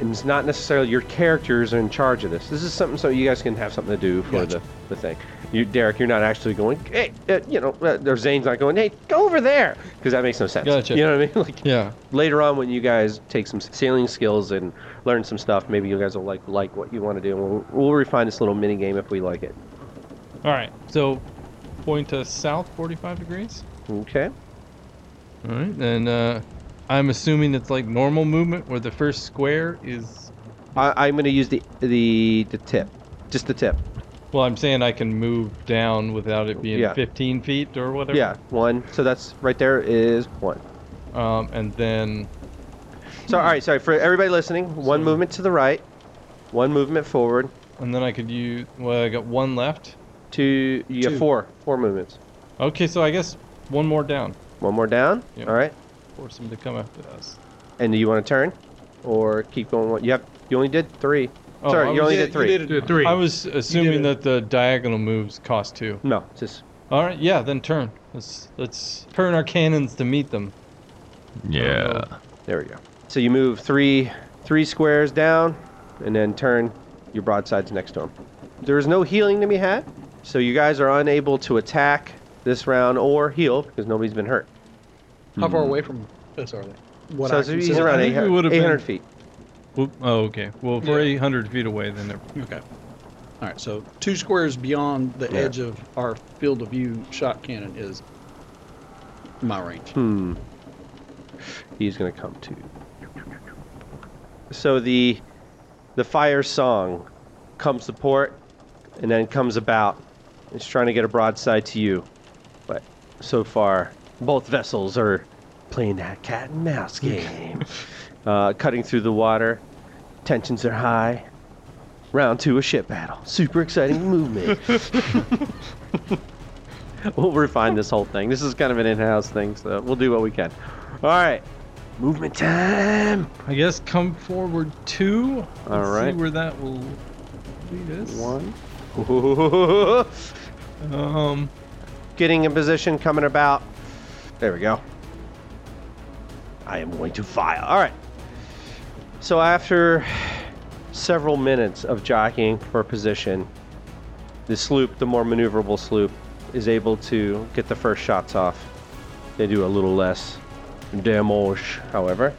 And it's not necessarily your characters are in charge of this. This is something so you guys can have something to do for
Gotcha.
the, the thing. You, Derek, you're not actually going. Hey, uh, you know, uh, or Zane's not going. Hey, go over there, because that makes no sense.
Gotcha.
You know what I mean? Like,
Yeah.
later on when you guys take some sailing skills and learn some stuff maybe you guys will like like what you want to do and we'll, we'll refine this little mini game if we like it
All right. So, point to south 45 degrees.
okay
All right. And uh, I'm assuming it's like normal movement, where the first square is.
I, i'm going to use the the the tip just the tip
Well, I'm saying I can move down without it being
Yeah.
15 feet or whatever.
yeah one so that's right there is one
Um, and then
so all right sorry for everybody listening one movement to the right one movement forward
and then I could use. Well, I got one left.
two you have
Two.
four four movements
Okay, so I guess one more down.
one more down
Yeah.
all right
Force him to come after us.
and do you want to turn or keep going one you have you only did three
Oh, I
sorry
was-
you only
Yeah,
did three
Do three.
I was assuming that the diagonal moves cost two.
no just
All right, yeah, then turn. Let's let's turn our cannons to meet them.
Yeah.
There we go. So you move three three squares down, and then turn your broadsides next to him. There is no healing to be had, so you guys are unable to attack this round or heal because nobody's been hurt.
How far away from us are they? What
Hmm. so
I
it's- he's
consider-
around
I think we
800,
would've been-
800 feet.
Whoop. Oh, okay. Well, if we're 800 feet away, then they're
Okay. All right, so two squares beyond the
Yeah.
edge of our field of view shot cannon is my range.
Hmm. He's gonna come to. So the the fire song comes to port, and then comes about. It's trying to get a broadside to you, but so far both vessels are playing that cat and mouse game, uh, cutting through the water. Tensions are high. Round two, a ship battle. Super exciting movement. we'll refine this whole thing. This is kind of an in-house thing, so we'll do what we can. All right, movement time.
I guess come forward two.
All
Let's
right.
See where that will lead us.
One.
Um.
Getting in position, coming about. There we go. I am going to fire. All right. So after several minutes of jockeying for position, the sloop, the more maneuverable sloop, is able to get the first shots off. They do a little less damage, however.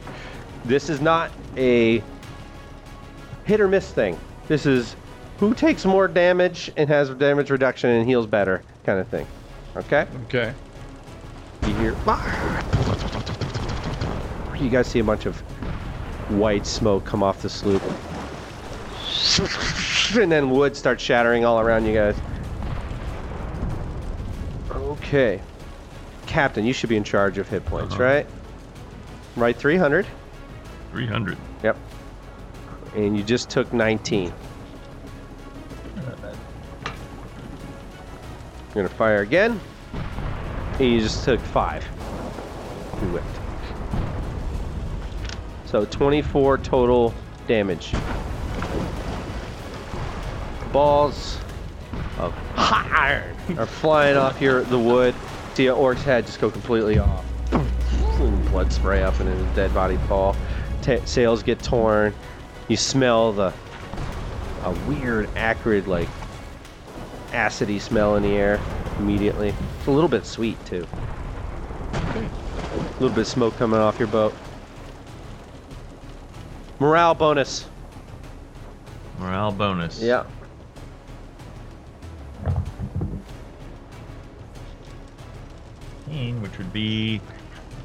This is not a hit or miss thing. This is who takes more damage and has damage reduction and heals better kind of thing. Okay?
Okay.
You hear. You guys see a bunch of white smoke come off the sloop. And then wood starts shattering all around you guys. Okay. Captain, you should be in charge of hit points,
Uh-huh.
right? Right 300.
300.
Yep. And you just took 19. You're gonna fire again. And you just took five. You whipped. So 24 total damage. Balls of hot iron are flying off your the wood. See a orc's head just go completely off. Blood spray up and his dead body fall. Ta sails get torn. You smell the a weird acrid like acidy smell in the air immediately. It's a little bit sweet too. A little bit of smoke coming off your boat. Morale bonus.
Morale bonus.
Yeah.
Which would be.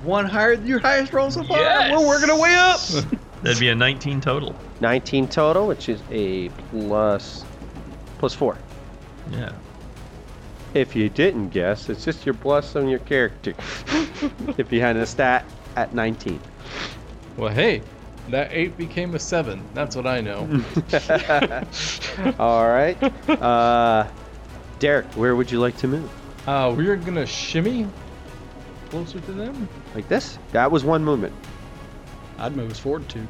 One higher than your highest roll so far. We're working
our
away.
way up! That'd be a 19 total.
19 total, which is a plus plus four.
Yeah.
If you didn't guess, it's just your plus on your character. if you had a stat at 19.
Well, hey, that eight became a seven. That's what I know.
All right. Uh, Derek, where would you like to move?
uh, we're gonna shimmy closer to them?
Like this? That was one movement.
I'd move us forward two.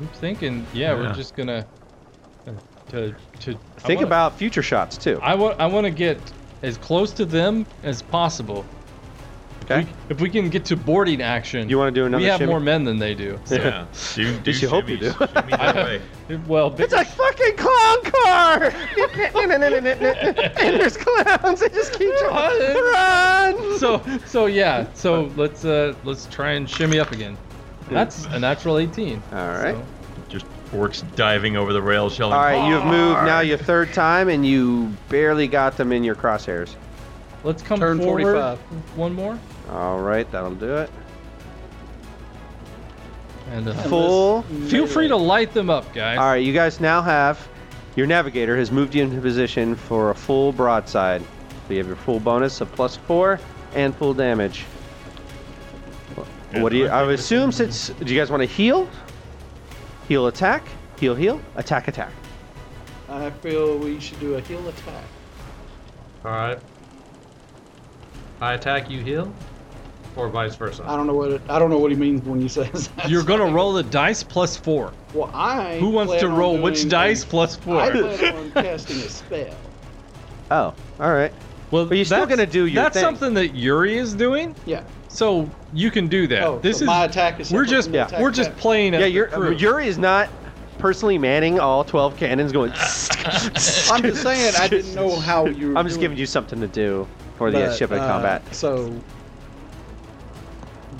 I'm thinking, yeah,
Yeah.
we're just gonna uh, to to
Think
I wanna,
about future shots too.
I want I want to get as close to them as possible.
Okay.
If we can get to boarding action,
You want to do another?
we have
shimmy?
more men than they do. so-
Yeah. Do, do
you hope you
shimmies.
do?
Shimmy that way.
Well,
It's a fucking clown car! and there's clowns. They just keep trying. Run!
so so yeah. So let's uh let's try and shimmy up again. That's a natural 18.
All right.
So-
Just orcs diving over the rail, shelling.
All right, you have moved now your third time, and you barely got them in your crosshairs.
Let's come
Turn
forward
45.
one more.
All right, that'll do it.
And uh,
Full.
feel free to light them up, guys.
All right, you guys now have your navigator has moved you into position for a full broadside. So you have your full bonus of plus four and full damage.
Good.
What do you?
I
I would assume since do you guys want to heal? Heal attack, heal heal, attack attack.
I feel we should do a heal attack.
All right. I attack, you heal, or vice versa.
I don't know what it, I don't know what he means when he says. That.
You're gonna roll the dice plus four.
Well, I.
Who wants to
plan on
roll which
doing
dice
a-
plus
I
four?
plan on casting a spell.
Oh, all right.
Well,
But you're still
that's-
gonna do your
That's
thing.
something that Yuri is doing,
Yeah.
so you can do that.
Oh,
this
so
is
my attack is.
we're
separate
just
from the
Yeah.
attack
we're just
attack.
playing. as
yeah,
the
you're,
crew.
Yuri is not personally manning all twelve cannons going.
I'm just saying I didn't know how you. Were
I'm just
doing
giving you something to do for the uh,
But,
ship in
uh,
combat.
So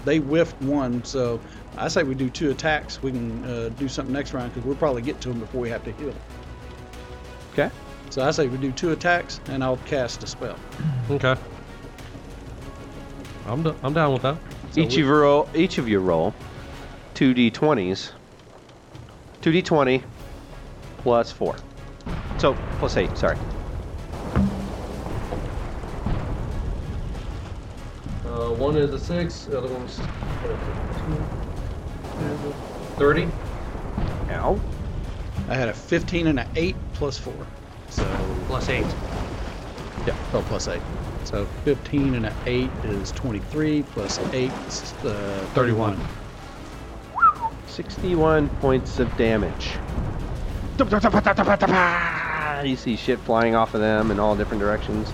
they whiffed one. So I say we do two attacks. We can uh, do something next round because we'll probably get to them before we have to heal.
Okay.
So I say we do two attacks, and I'll cast a spell.
Okay. I'm, d- I'm down with that. So
each
we-
of you roll. Each of you roll two d20s. Two d20 plus four. So plus eight. Sorry.
Uh, one is a six, the other one's thirty.
Ow.
I had a 15 and an 8 plus 4. So
Plus eight.
yeah, oh, plus 8. So 15 and an 8 is 23 plus 8 is uh, 31.
61 points of damage. You see shit flying off of them in all different directions.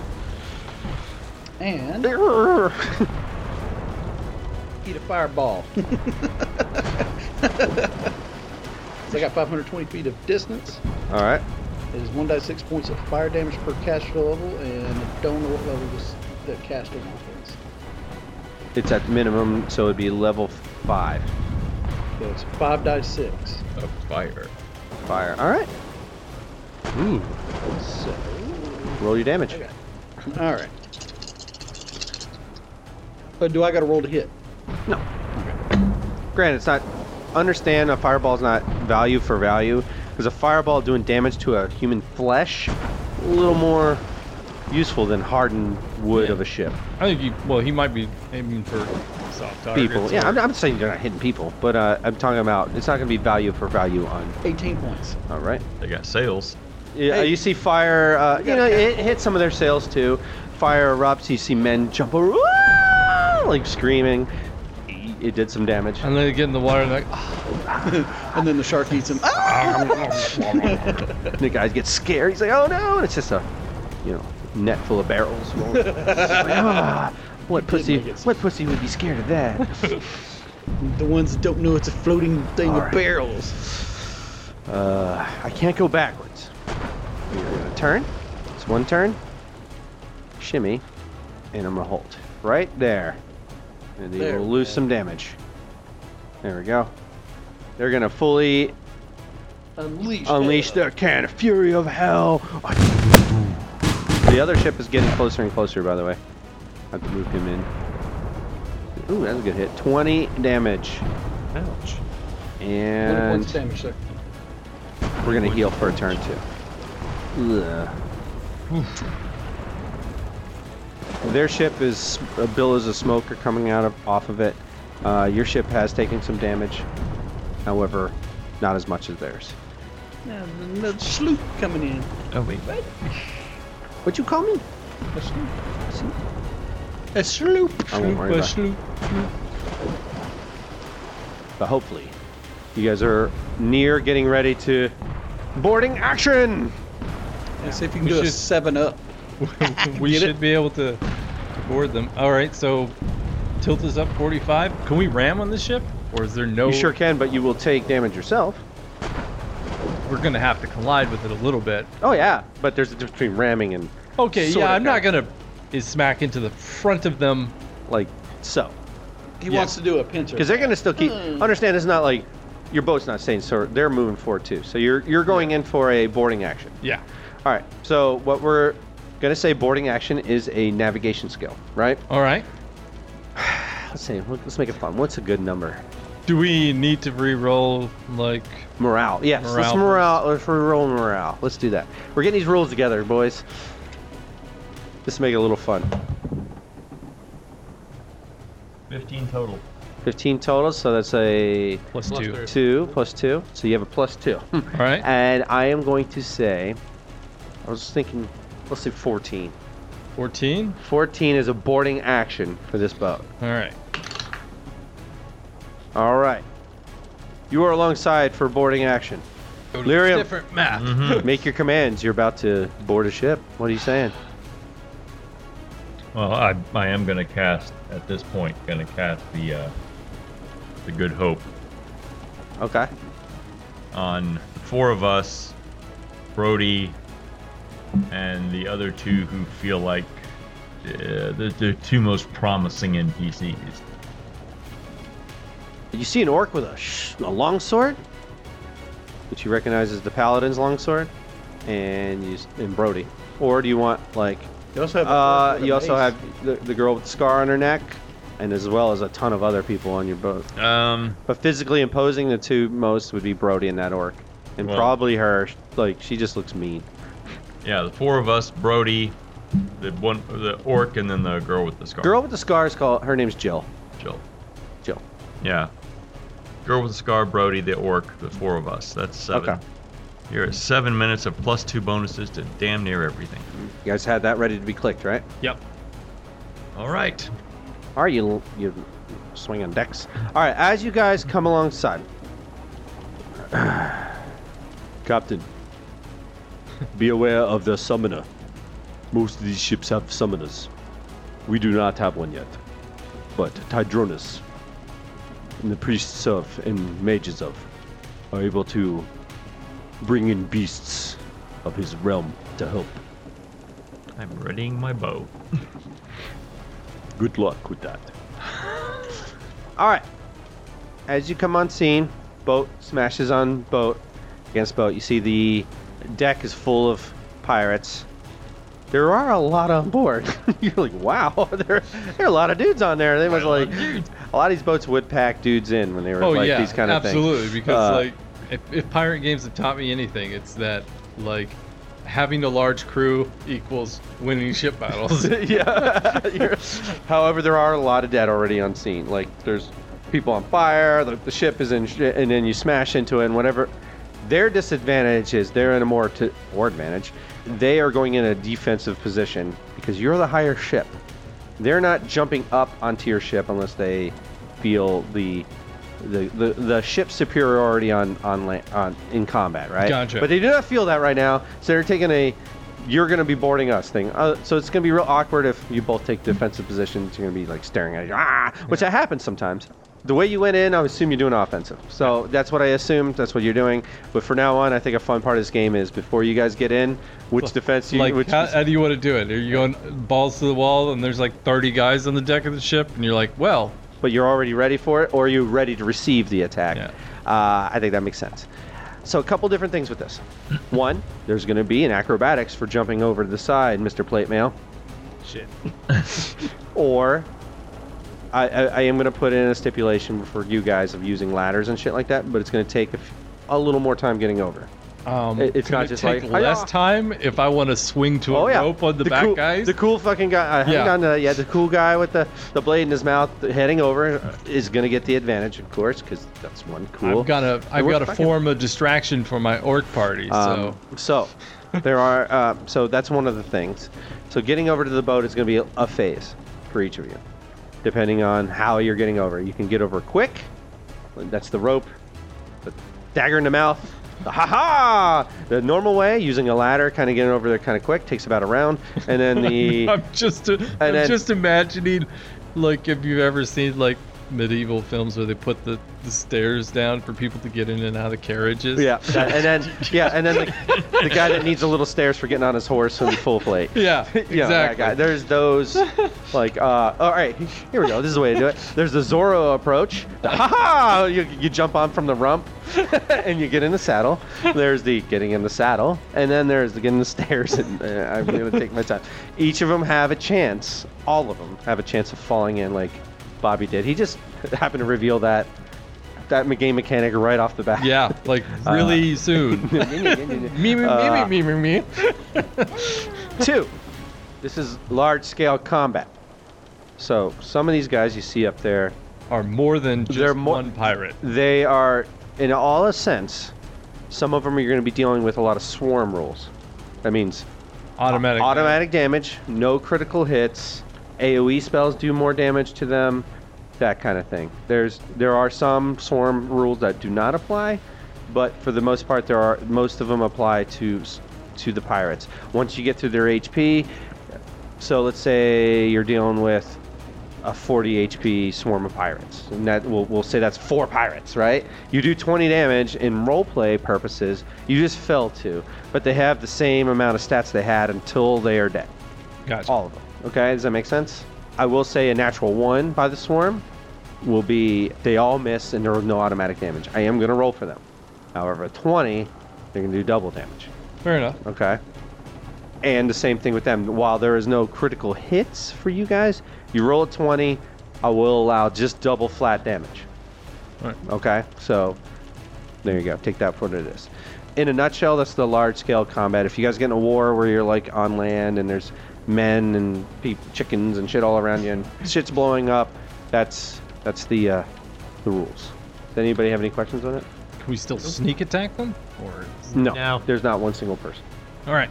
And
All
eat a fireball. so I got 520 feet of distance.
right.
It is 1d6 points of fire damage per caster level, and I don't know what level this the caster is.
It's at minimum, so it'd be level five
So it's 5d6.
A
Oh,
fire.
fire. All right.
Ooh.
So,
Roll your damage.
Okay. all right. But do I got to roll to hit?
Granted, it's not. Understand a fireball's not value for value, because a fireball doing damage to a human flesh, a little more useful than hardened wood of a ship.
I think he, well, he might be aiming for soft targets.
People. Yeah,
or-
I'm, I'm saying they're not hitting people, but uh, I'm talking about it's not going to be value for value on.
18 points.
All right.
They got sails.
Yeah,
Hey.
you see fire. Uh,
We
you
got
know,
a
it hits some of their sails too. Fire erupts. You see men jump over, like screaming. It did some damage.
And then they get in the water and like, "Ah,
And then the shark eats him. Ah!
the guy gets scared. He's like, "Oh no!" And it's just a, you know, net full of barrels. rolling. It's like, "Ah, what pussy?
make it s-
What pussy would be scared of that?
The ones that don't know it's a floating thing
All
of
right.
barrels.
uh, I can't go backwards. You're gonna turn. It's one turn. Shimmy, and I'm gonna hold right there, and you
There
will
we
lose
go.
some damage. There we go. They're gonna fully
Unleash.
unleash their can of fury of hell. The other ship is getting closer and closer, by the way. I have to move him in. Ooh, that's a good hit. 20 damage.
Ouch.
Little points
And
of damage, sir.
we're going to heal for a turn, too. Ugh. Their ship is uh, billows of smoke are coming out of off of it. Uh, your ship has taken some damage, however, not as much as theirs.
Now, another sloop coming in.
Oh wait.
What you call me?
A sloop. A sloop.
I won't worry
Sloop,
about it.
sloop.
But hopefully, you guys are near getting ready to boarding action.
Let's see if you can
We
do a
should-
seven up.
we
Get
should be able to, to board them. All right, so tilt is up 45. Can we ram on this ship, or is there no?
You sure can, but you will take damage yourself.
We're gonna have to collide with it a little bit.
Oh yeah, but there's a difference between ramming and
Okay,
Sorta,
yeah, I'm not
kinda.
gonna is smack into the front of them.
like so,
He
Yeah.
wants to do a pincer.
because they're gonna still keep.
Hmm.
Understand, it's not like your boat's not staying, so they're moving forward too. So you're you're going in for a boarding action.
Yeah.
All right. So what we're gonna say boarding action is a navigation skill, right?
All right.
Let's see. Let's make it fun. What's a good number?
Do we need to re-roll like?
Morale. Yes,
Morale.
let's morale. Let's roll morale. Let's do that. We're getting these rules together, boys. Just make it a little fun.
15 total.
15 total, so that's a
Plus
Plus
two.
thirty.
two plus two. So you have a plus two.
All right.
and I am going to say, I was thinking, let's say 14.
14.
14 is a boarding action for this boat.
All right.
All right. You are alongside for boarding action.
Go
Lyrium.
different map.
Mm-hmm.
Make your commands. You're about to board a ship. What are you saying?
Well, I, I am going to cast, at this point, going to cast the, uh, the Good Hope
Okay.
on the four of us, Brody, and the other two who feel like uh, they're the two most promising NPCs.
You see an orc with a, sh- a longsword, which you recognize as the paladin's longsword, and you s- and Brody. Or do you want like?
You also have.
Uh, you also have the, the girl with the scar on her neck, and as well as a ton of other people on your boat.
Um,
But physically imposing, the two most would be Brody and that orc, and
Well-
probably her. Like she just looks mean.
yeah, the four of us, Brody, the one, the orc, and then the girl with the scar.
Girl with the scar is called. Her name's Jill.
Jill.
Jill.
Yeah. Girl with the scar, Brody, the orc, the four of us. That's seven.
Okay.
You're at seven minutes of plus two bonuses to damn near everything.
You guys had that ready to be clicked, right?
Yep.
All right.
Are you you swinging decks? All right, as you guys come alongside, Captain, be aware of the summoner. Most of these ships have summoners. We do not have one yet, but Tidronus and the priests of and mages of are able to bring in beasts of his realm to help.
I'm readying my bow.
Good luck with that. All right. As you come on scene, boat smashes on boat against boat. You see the deck is full of pirates. There are a lot on board. You're like, wow, there, there are a lot of dudes on there. They must like a lot of these boats would pack dudes in when they were
Oh
like
yeah.
these kind of things.
absolutely. Because
Uh,
like, if, if pirate games have taught me anything, it's that like having a large crew equals winning ship battles.
yeah. You're- However, there are a lot of dead already on scene. Like there's people on fire. The, the ship is in, sh- and then you smash into it, and whatever. Their disadvantage is they're in a more to, or advantage. They are going in a defensive position because you're the higher ship. They're not jumping up onto your ship unless they feel the the, the, the ship's superiority on on, la- on in combat, right?
Gotcha.
But they do not feel that right now, so they're taking a "you're going to be boarding us" thing. Uh, so it's going to be real awkward if you both take defensive positions. You're going to be like staring at you, ah, which that happens sometimes. The way you went in, I would assume you're doing offensive. So that's what I assumed. That's what you're doing. But for now on, I think a fun part of this game is before you guys get in, which defense you
like,
which
how, how do you want to do it? Are you going balls to the wall and there's like 30 guys on the deck of the ship, and you're like, well,
but you're already ready for it, or you're ready to receive the attack.
Yeah.
Uh, I think that makes sense. So a couple different things with this. One, there's going to be an acrobatics for jumping over to the side, Mr. Plate Mail.
Shit.
Or I, I, I am going to put in a stipulation for you guys of using ladders and shit like that, but it's going to take a, f- a little more time getting over.
um,
It- it's
could
not
it
just
take
like,
less
"Hi-yah."
time if I want to swing to a
oh yeah,
rope on the, back
cool,
guys.
The cool fucking guy. I haven't
Yeah.
gotten to that yet. The cool guy with the, the blade in his mouth heading over is going to get the advantage, of course, because that's one cool.
Uh. I've got to I've
we're
got to
fucking-
form a distraction for my orc party.
Um, so, there are. Uh, so that's one of the things. So getting over to the boat is going to be a phase. for each of you, depending on how you're getting over. You can get over quick. That's the rope, the dagger in the mouth, the ha ha. The normal way, using a ladder, kind of getting over there kind of quick, takes about a round, and then the
I'm just uh, I'm
Um, then-
just imagining, like if you've ever seen like medieval films where they put the, the stairs down for people to get in and out of carriages.
Yeah, that- and then yeah, and then the, the guy that needs a little stairs for getting on his horse and full plate.
Yeah.
You know, that guy.
Exactly.
There's those, like, uh, all right, here we go. This is the way to do it. There's the Zorro approach. The, ha ha! You, you jump on from the rump, and you get in the saddle. There's the getting in the saddle, and then there's the getting the stairs. And uh, I'm gonna take my time. Each of them have a chance. All of them have a chance of falling in, like Bobby did. He just happened to reveal that that game mechanic right off the bat.
Yeah, like really soon. me, me,
Uh,
me, me, me, me, me.
Two, this is large scale combat. So some of these guys you see up there,
Are more than just
They're more-
one pirate.
they are, in all a sense, some of them you're going to be dealing with a lot of swarm rules. That means
Automatic.
automatic damage, no critical hits, AOE spells do more damage to them, that kind of thing. There's there are some swarm rules that do not apply, but for the most part, there are most of them apply to s- to the pirates. Once you get through their HP, so let's say you're dealing with a 40 HP swarm of pirates, and that we'll, we'll say that's four pirates, right? You do 20 damage in roleplay purposes. You just fell to, but they have the same amount of stats they had until they are dead.
Gotcha.
All of them. Okay, does that make sense? I will say a natural one by the swarm will be they all miss and there was no automatic damage. I am gonna roll for them. However, a 20, they're gonna do double damage.
Fair enough.
Okay. And the same thing with them. While there is no critical hits for you guys, you roll a 20, I will allow just double flat damage.
Alright.
Okay, so there you go. Take that for what it is. In a nutshell, that's the large scale combat. If you guys get in a war where you're like on land and there's men and peop chickens and shit all around you and shit's blowing up, that's that's the uh, the rules. Does anybody have any questions on it?
Can we still sneak attack them? Or
No.
No.
There's not one single person.
all right.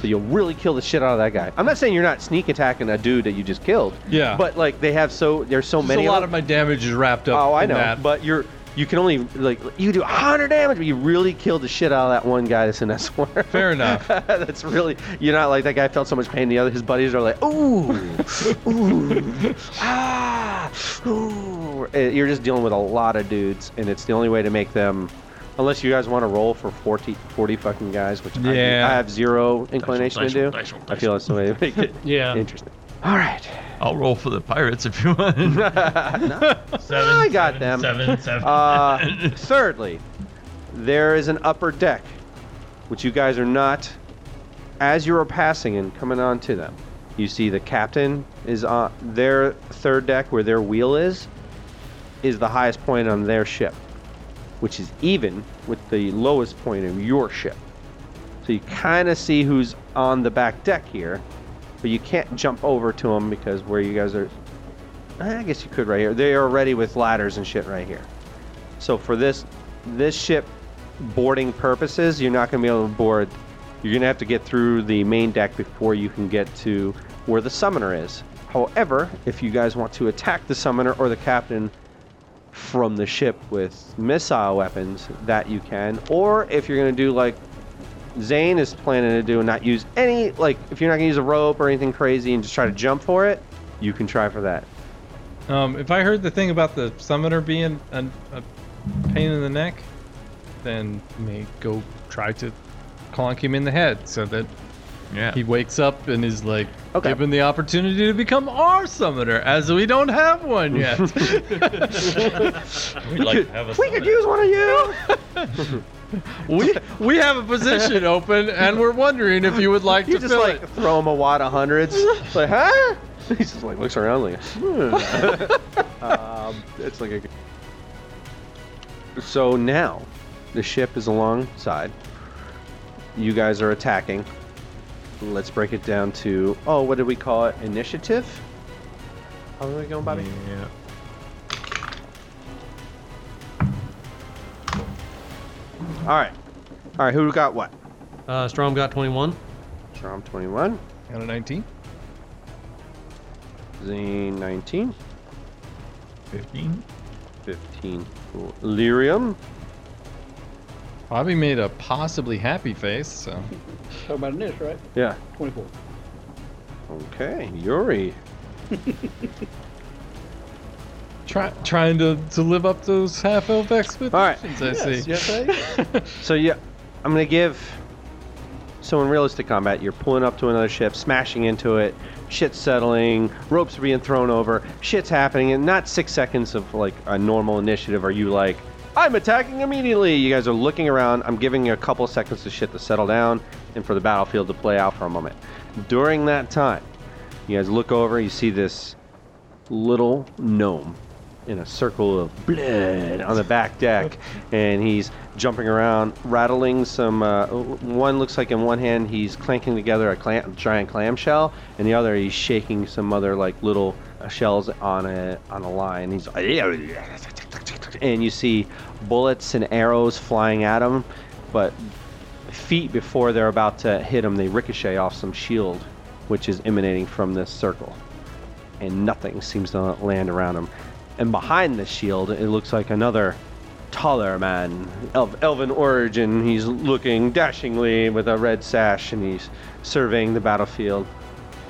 So you'll really kill the shit out of that guy. I'm not saying you're not sneak attacking a dude that you just killed.
Yeah.
But like they have so there's so
Just
many.
a lot of
of
my damage is wrapped up.
Oh, I
in
know.
That.
But you're you can only like you do 100 damage, but you really kill the shit out of that one guy that's in that swarm.
Fair enough.
that's really you're not like that guy felt so much pain. The other his buddies are like ooh, ooh, ah, ooh. Uh, You're just dealing with a lot of dudes, and it's the only way to make them. Unless you guys want to roll for 40, 40 fucking guys, which I-
Yeah.
I, have zero inclination
dice
to
roll,
do.
dice roll,
I feel that's the way to make it
Yeah.
interesting. All right.
I'll roll for the pirates if you want.
Seven,
I got
seven,
them.
Seven, seven.
Uh, thirdly, there is an upper deck, which you guys are not. As you are passing and coming on to them, you see the captain is on their third deck, where their wheel is, is the highest point on their ship, which is even with the lowest point of your ship. So you kind of see who's on the back deck here, but you can't jump over to them because where you guys are I guess you could right here. They are ready with ladders and shit right here. So for this this ship boarding purposes, you're not going to be able to board. You're going to have to get through the main deck before you can get to where the summoner is. However, if you guys want to attack the summoner or the captain from the ship with missile weapons, that you can. Or if you're going to do like Zane is planning to do and not use any like if you're not going to use a rope or anything crazy and just try to jump for it, you can try for that.
Um, if I heard the thing about the summoner being a, a pain in the neck, then may go try to clonk him in the head so that
yeah.
he wakes up and is like
Okay.
given the opportunity to become our summoner, as we don't have one yet.
We'd like to have a
We could use one of you.
we we have a position open, and we're wondering if you would like
you
to
just
fill
like
it.
throw him a wad of hundreds. It's like, huh? He just like looks around like. hmm. um, it's like a. So now, the ship is alongside. You guys are attacking. Let's break it down to oh, what did we call it? Initiative. How's it going, Bobby?
Yeah.
Mm-hmm.
All right, all right. Who got what?
Uh, Strom got 21.
Strom twenty-one.
Out of 19.
The 19,
15?
15 for Lyrium.
Bobby made a possibly happy face, so.
Talking about an ish, right?
Yeah.
24.
Okay, Yuri.
Try, trying to, to live up to those half elf expectations, I
Yes,
see.
yes, I-
So yeah, I'm gonna give. So in realistic combat, you're pulling up to another ship, smashing into it, shit's settling, ropes are being thrown over, shit's happening, and not six seconds of like a normal initiative. Are you like, I'm attacking immediately? You guys are looking around. I'm giving you a couple seconds of shit to settle down and for the battlefield to play out for a moment. During that time, you guys look over, you see this little gnome in a circle of blood on the back deck, and he's jumping around, rattling some. Uh, one looks like in one hand he's clanking together a clam, giant clamshell, and the other he's shaking some other like little uh, shells on a on a line. He's and you see bullets and arrows flying at him, but feet before they're about to hit him, they ricochet off some shield, which is emanating from this circle and nothing seems to land around him. And behind the shield, it looks like another taller man of elven origin. He's looking dashingly with a red sash and he's surveying the battlefield.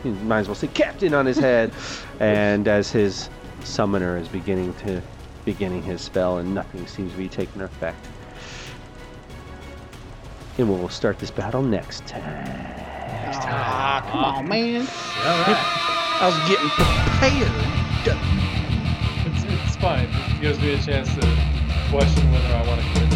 He might as well say captain on his head. and as his summoner is beginning to beginning his spell and nothing seems to be taking effect. And we'll start this battle next time.
Ah, come on, man. I was getting prepared.
It's, it's fine. It gives me a chance to question whether I want to quit.